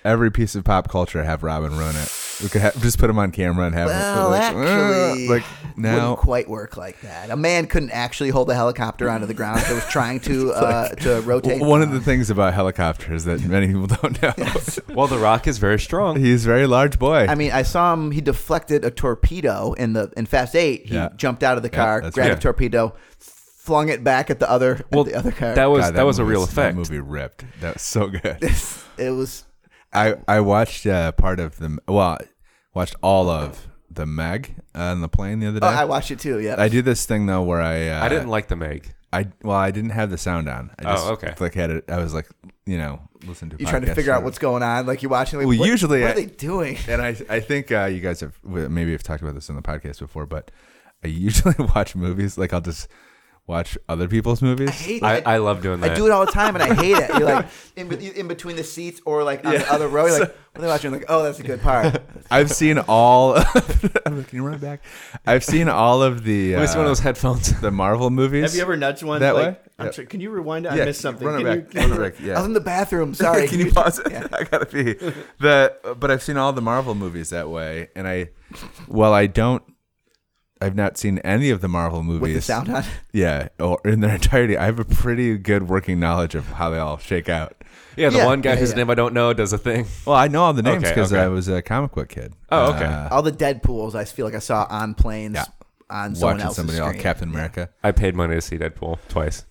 S1: every piece of pop culture have Robin ruin it. We could ha- just put him on camera and have
S6: Well,
S1: him like,
S6: actually,
S1: "Uh," like now.
S6: wouldn't quite work like that. A man couldn't actually hold a helicopter onto the ground if it was trying to uh, to rotate.
S1: w- One of the things about helicopters that many people don't know,
S2: back. Well, The Rock is very strong.
S1: he's a very large boy.
S6: I mean, I saw him. He deflected a torpedo in the in Fast Eight. He
S1: Yeah.
S6: jumped out of the
S1: Yeah,
S6: car,
S1: that's
S6: grabbed
S1: right.
S6: a torpedo, flung it back at the other
S2: Well,
S6: at the other car.
S2: that was
S1: God,
S2: that, was a
S1: movie-
S2: real
S1: That
S2: effect.
S1: movie ripped. That was so good.
S6: it was
S1: I I watched uh, part of the well, watched all of the Meg on the plane the other day.
S6: Oh, I watched it too. Yeah,
S1: I do this thing though where I uh,
S2: I didn't like the Meg.
S1: I well I didn't have the sound on. I
S2: Oh,
S1: just,
S2: okay.
S1: Like had it. I was like you know listen to.
S6: you're trying to
S1: podcasts
S6: figure out
S1: or-
S6: what's going on. Like you're watching. Like,
S1: Well,
S6: what-
S1: usually
S6: what
S1: I-
S6: are they doing?
S1: And I I think uh, you guys have w- maybe have talked about this on the podcast before, but I usually watch movies like I'll just watch other people's movies.
S6: I hate.
S2: I,
S6: it.
S2: I love doing that.
S6: I do it all the time, and I hate it. You're like in, be- in between the seats or like on the other row. You're like, what are they watching? Like, oh, that's a good part.
S1: I've seen all. Can you run it back? I've seen all of the.
S2: At least one of
S1: uh,
S2: those headphones.
S1: the Marvel movies.
S4: Have you ever nudged one
S1: That
S4: like,
S1: way?
S4: I'm
S1: Yeah.
S4: sorry, can you rewind it?
S1: Yeah,
S4: I missed something.
S1: Run it
S4: Can
S1: back.
S4: you-
S1: Run it back.
S6: I was
S1: Yeah.
S6: in the bathroom. Sorry.
S1: Can you pause it?
S6: Yeah.
S1: I gotta pee. The but I've seen all the Marvel movies that way, and I, well, I don't. I've not seen any of the Marvel movies
S6: With the sound on.
S1: Yeah, or in their entirety. I have a pretty good working knowledge of how they all shake out.
S2: Yeah, the
S6: Yeah,
S2: one guy
S6: yeah,
S2: whose
S6: yeah.
S2: name I don't know does a thing.
S1: Well, I know all the names
S2: Okay,
S1: because
S2: okay.
S1: I was a comic book kid. uh,
S2: Oh, okay.
S6: All the Deadpool's I feel like I saw on planes
S1: Yeah.
S6: on someone
S1: watching
S6: else's
S1: somebody all
S6: screen.
S1: Captain America.
S2: I paid money to see Deadpool twice.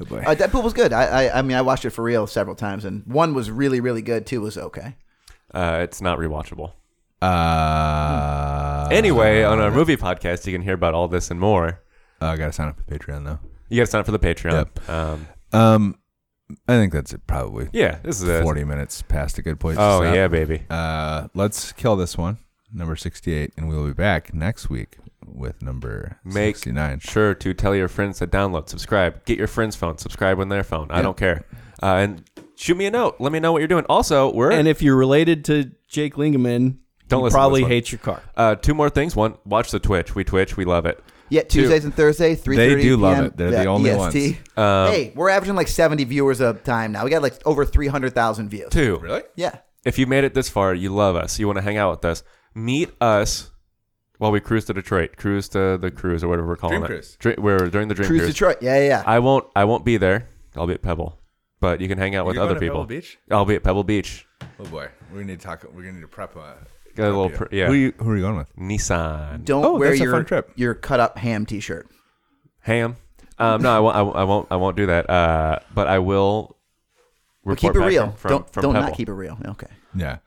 S1: Oh boy.
S6: Uh, Deadpool was good. I, I I mean I watched it for real several times, and one was really really good. Two was okay.
S2: Uh, it's not rewatchable.
S1: Uh,
S2: Anyway, on our movie podcast, you can hear about all this and more.
S1: oh, I gotta sign up for Patreon though.
S2: You got to sign up for the Patreon. Um,
S1: Um, I think that's it. Probably
S2: yeah, this is it.
S1: 40 minutes past a good point. to
S2: Oh
S1: stop.
S2: yeah, baby.
S1: Uh, let's kill this one, number 68, and we'll be back next week with number
S2: Make
S1: 69.
S2: Sure to tell your friends to download, subscribe, get your friend's phone, subscribe on their phone. I don't care. Uh, and shoot me a note. Let me know what you're doing. Also, we're
S4: And if you're related to Jake Lingaman,
S2: Don't
S4: you
S2: listen to
S4: probably
S2: this one.
S4: hates your car.
S2: uh, two more things. One, watch the Twitch. We Twitch. We love it.
S6: Yeah, Tuesdays and Thursdays, three.
S1: They do love it. They're the
S6: E
S1: only ones.
S2: Um,
S1: Um,
S6: hey, we're averaging like seventy viewers a time now. We got like over three hundred thousand views.
S2: Two,
S6: Yeah,
S2: if you made it this far, you love us. You want to hang out with us. Meet us while we cruise to Detroit, cruise to the cruise or whatever we're calling
S1: Dream
S2: it.
S1: cruise.
S2: Dr- we're during the dream
S6: Cruise
S2: cruise.
S6: Detroit. Yeah, yeah. yeah.
S2: I won't. I won't be there. I'll be at Pebble, but you can hang out with
S1: You're
S2: other
S1: going to
S2: people.
S1: Pebble Beach?
S2: I'll be at Pebble Beach.
S1: Oh, boy. We need to talk. We're going to need to prep. Uh,
S2: Got a little, pr- yeah.
S1: Who, are you, who are you going with?
S2: Nissan
S6: Don't
S1: Oh,
S6: wear
S1: that's a
S6: your
S1: fun trip.
S6: your cut up ham T-shirt.
S2: ham. Um, no, I won't, I won't. I won't. I won't do that. Uh, but I will.
S6: But
S2: Report
S6: keep it
S2: back
S6: real.
S2: From,
S6: don't
S2: from
S6: don't
S2: Pebble.
S6: not keep it real. Okay.
S1: Yeah.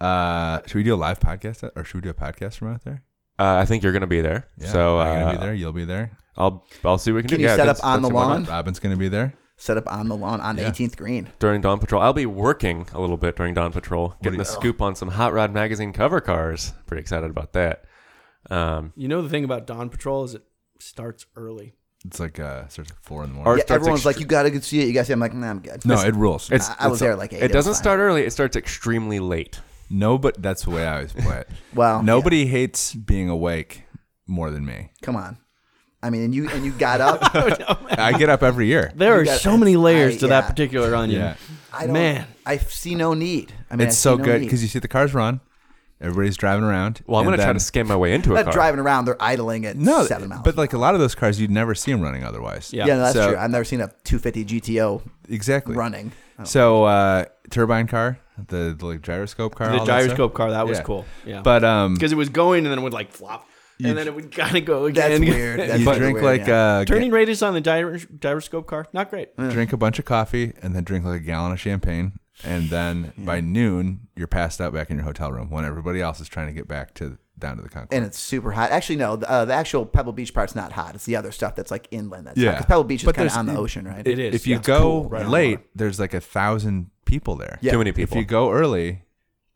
S1: Uh, should we do a live podcast or should we do a podcast from out there?
S2: Uh, I think you're gonna be there.
S1: Yeah.
S2: So uh,
S1: I'm going to be there. You'll be there.
S2: I'll I'll see what we can,
S6: Can
S2: do.
S6: you
S2: Yeah,
S6: set up
S2: that's-
S6: on
S2: that's
S6: the
S2: why not.
S6: lawn?
S1: Robin's going to be there.
S6: Set up on the lawn on
S1: Yeah.
S6: 18th Green.
S2: during Dawn Patrol. I'll be working a little bit during Dawn Patrol,
S1: do
S2: getting
S1: you-
S2: a scoop on some Hot Rod Magazine cover cars. Pretty excited about that. Um,
S4: You know the thing about Dawn Patrol is it starts early.
S1: It's like uh, starts at 4 in the
S2: Or
S1: morning.
S6: Yeah,
S2: starts
S6: everyone's
S2: extre-
S6: like, you gotta go see it. You gotta see. it." I'm like, nah, I'm good.
S1: no, it rules.
S2: it's,
S6: I- I
S2: it's-
S6: was there like eight, it
S2: It
S6: was
S2: doesn't
S6: fine.
S2: start early. It starts extremely late.
S1: no, but that's the way I always play it.
S6: Well, Oh, yeah.
S1: Nobody hates being awake more than me.
S6: Come on. I mean, and you and you got up.
S1: I get up every year.
S4: There are
S6: got-
S4: so many layers
S6: I-
S4: to
S6: yeah.
S4: that particular onion.
S1: Yeah.
S6: I don't,
S4: Man.
S6: I see no need. I mean,
S1: It's
S6: I
S1: so
S6: see no
S1: good
S6: need.
S1: because you see the cars run, everybody's driving around.
S2: Well, I'm
S1: and
S2: going to try
S1: then-
S2: to skim my way into a
S6: They're
S2: car.
S6: not driving around. They're idling at
S1: No,
S6: seven miles.
S1: but like a lot of those cars, you'd never see them running otherwise.
S4: Yeah.
S6: yeah, no, that's
S1: so-
S6: true. I've never seen a 250 GTO
S1: exactly.
S6: running.
S1: So uh, turbine car, the, the like gyroscope car,
S4: The
S1: all that stuff.
S4: gyroscope car, that was
S1: Yeah.
S4: cool. Yeah.
S1: But um,
S4: because it was going and then it would like flop. And then it would kind of go
S6: That's
S4: again.
S6: weird. That's
S1: you
S6: really
S1: drink
S6: weird,
S1: like
S6: yeah.
S1: uh,
S4: Turning radius on the gyro- gyroscope car, not great.
S1: drink a bunch of coffee, and then drink like a gallon of champagne, and then by noon you're passed out back in your hotel room when everybody else is trying to get back to down to the Concord.
S6: and it's super hot. Actually, no, the, uh, the actual Pebble Beach part's not hot. It's the other stuff that's like inland. That's
S1: Yeah.
S6: hot. 'Cause Pebble Beach is
S1: But
S6: kind of
S1: there's-
S6: on the ocean, right?
S4: it is.
S1: If you
S4: yeah.
S1: go
S6: cool, right?
S1: late, there's like a thousand people there.
S6: Yeah.
S2: Too many
S1: If
S2: people.
S1: you go early,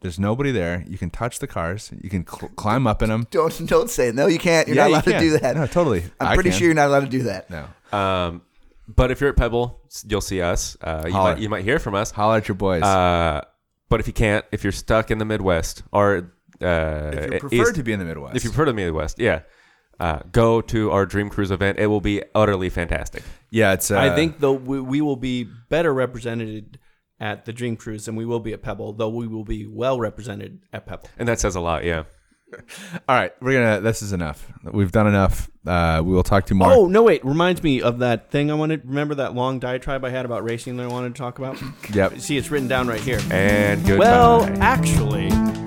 S1: there's nobody there. You can touch the cars. You can cl- climb up in them.
S6: don't don't say no. You can't. You're
S1: Yeah,
S6: not
S1: you
S6: allowed to
S1: can.
S6: do that.
S1: No, totally.
S6: I'm
S1: I
S6: pretty
S1: can.
S6: sure you're not allowed to do that.
S1: No.
S2: um, but if you're at Pebble, you'll see us. Uh, you,
S1: Holler.
S2: might, you might hear from us.
S1: Holler at your boys.
S2: Uh, but if you can't, if you're stuck in the Midwest or uh,
S1: if you
S2: East-
S1: prefer to be in the Midwest.
S2: if you've heard of Midwest, yeah, uh, go to our Dream Cruise event. It will be utterly fantastic.
S1: yeah, it's. Uh,
S4: I think though we, we will be better represented at the Dream Cruise than we will be at Pebble, though we will be well represented at Pebble.
S2: And that says a lot, yeah.
S1: All right, we're gonna. This is enough. We've done enough. Uh, we will talk to you more.
S4: Oh no! Wait, reminds me of that thing I wanted. Remember that long diatribe I had about racing that I wanted to talk about?
S1: Yep.
S4: See, it's written down right here.
S2: And goodbye.
S4: Well, actually,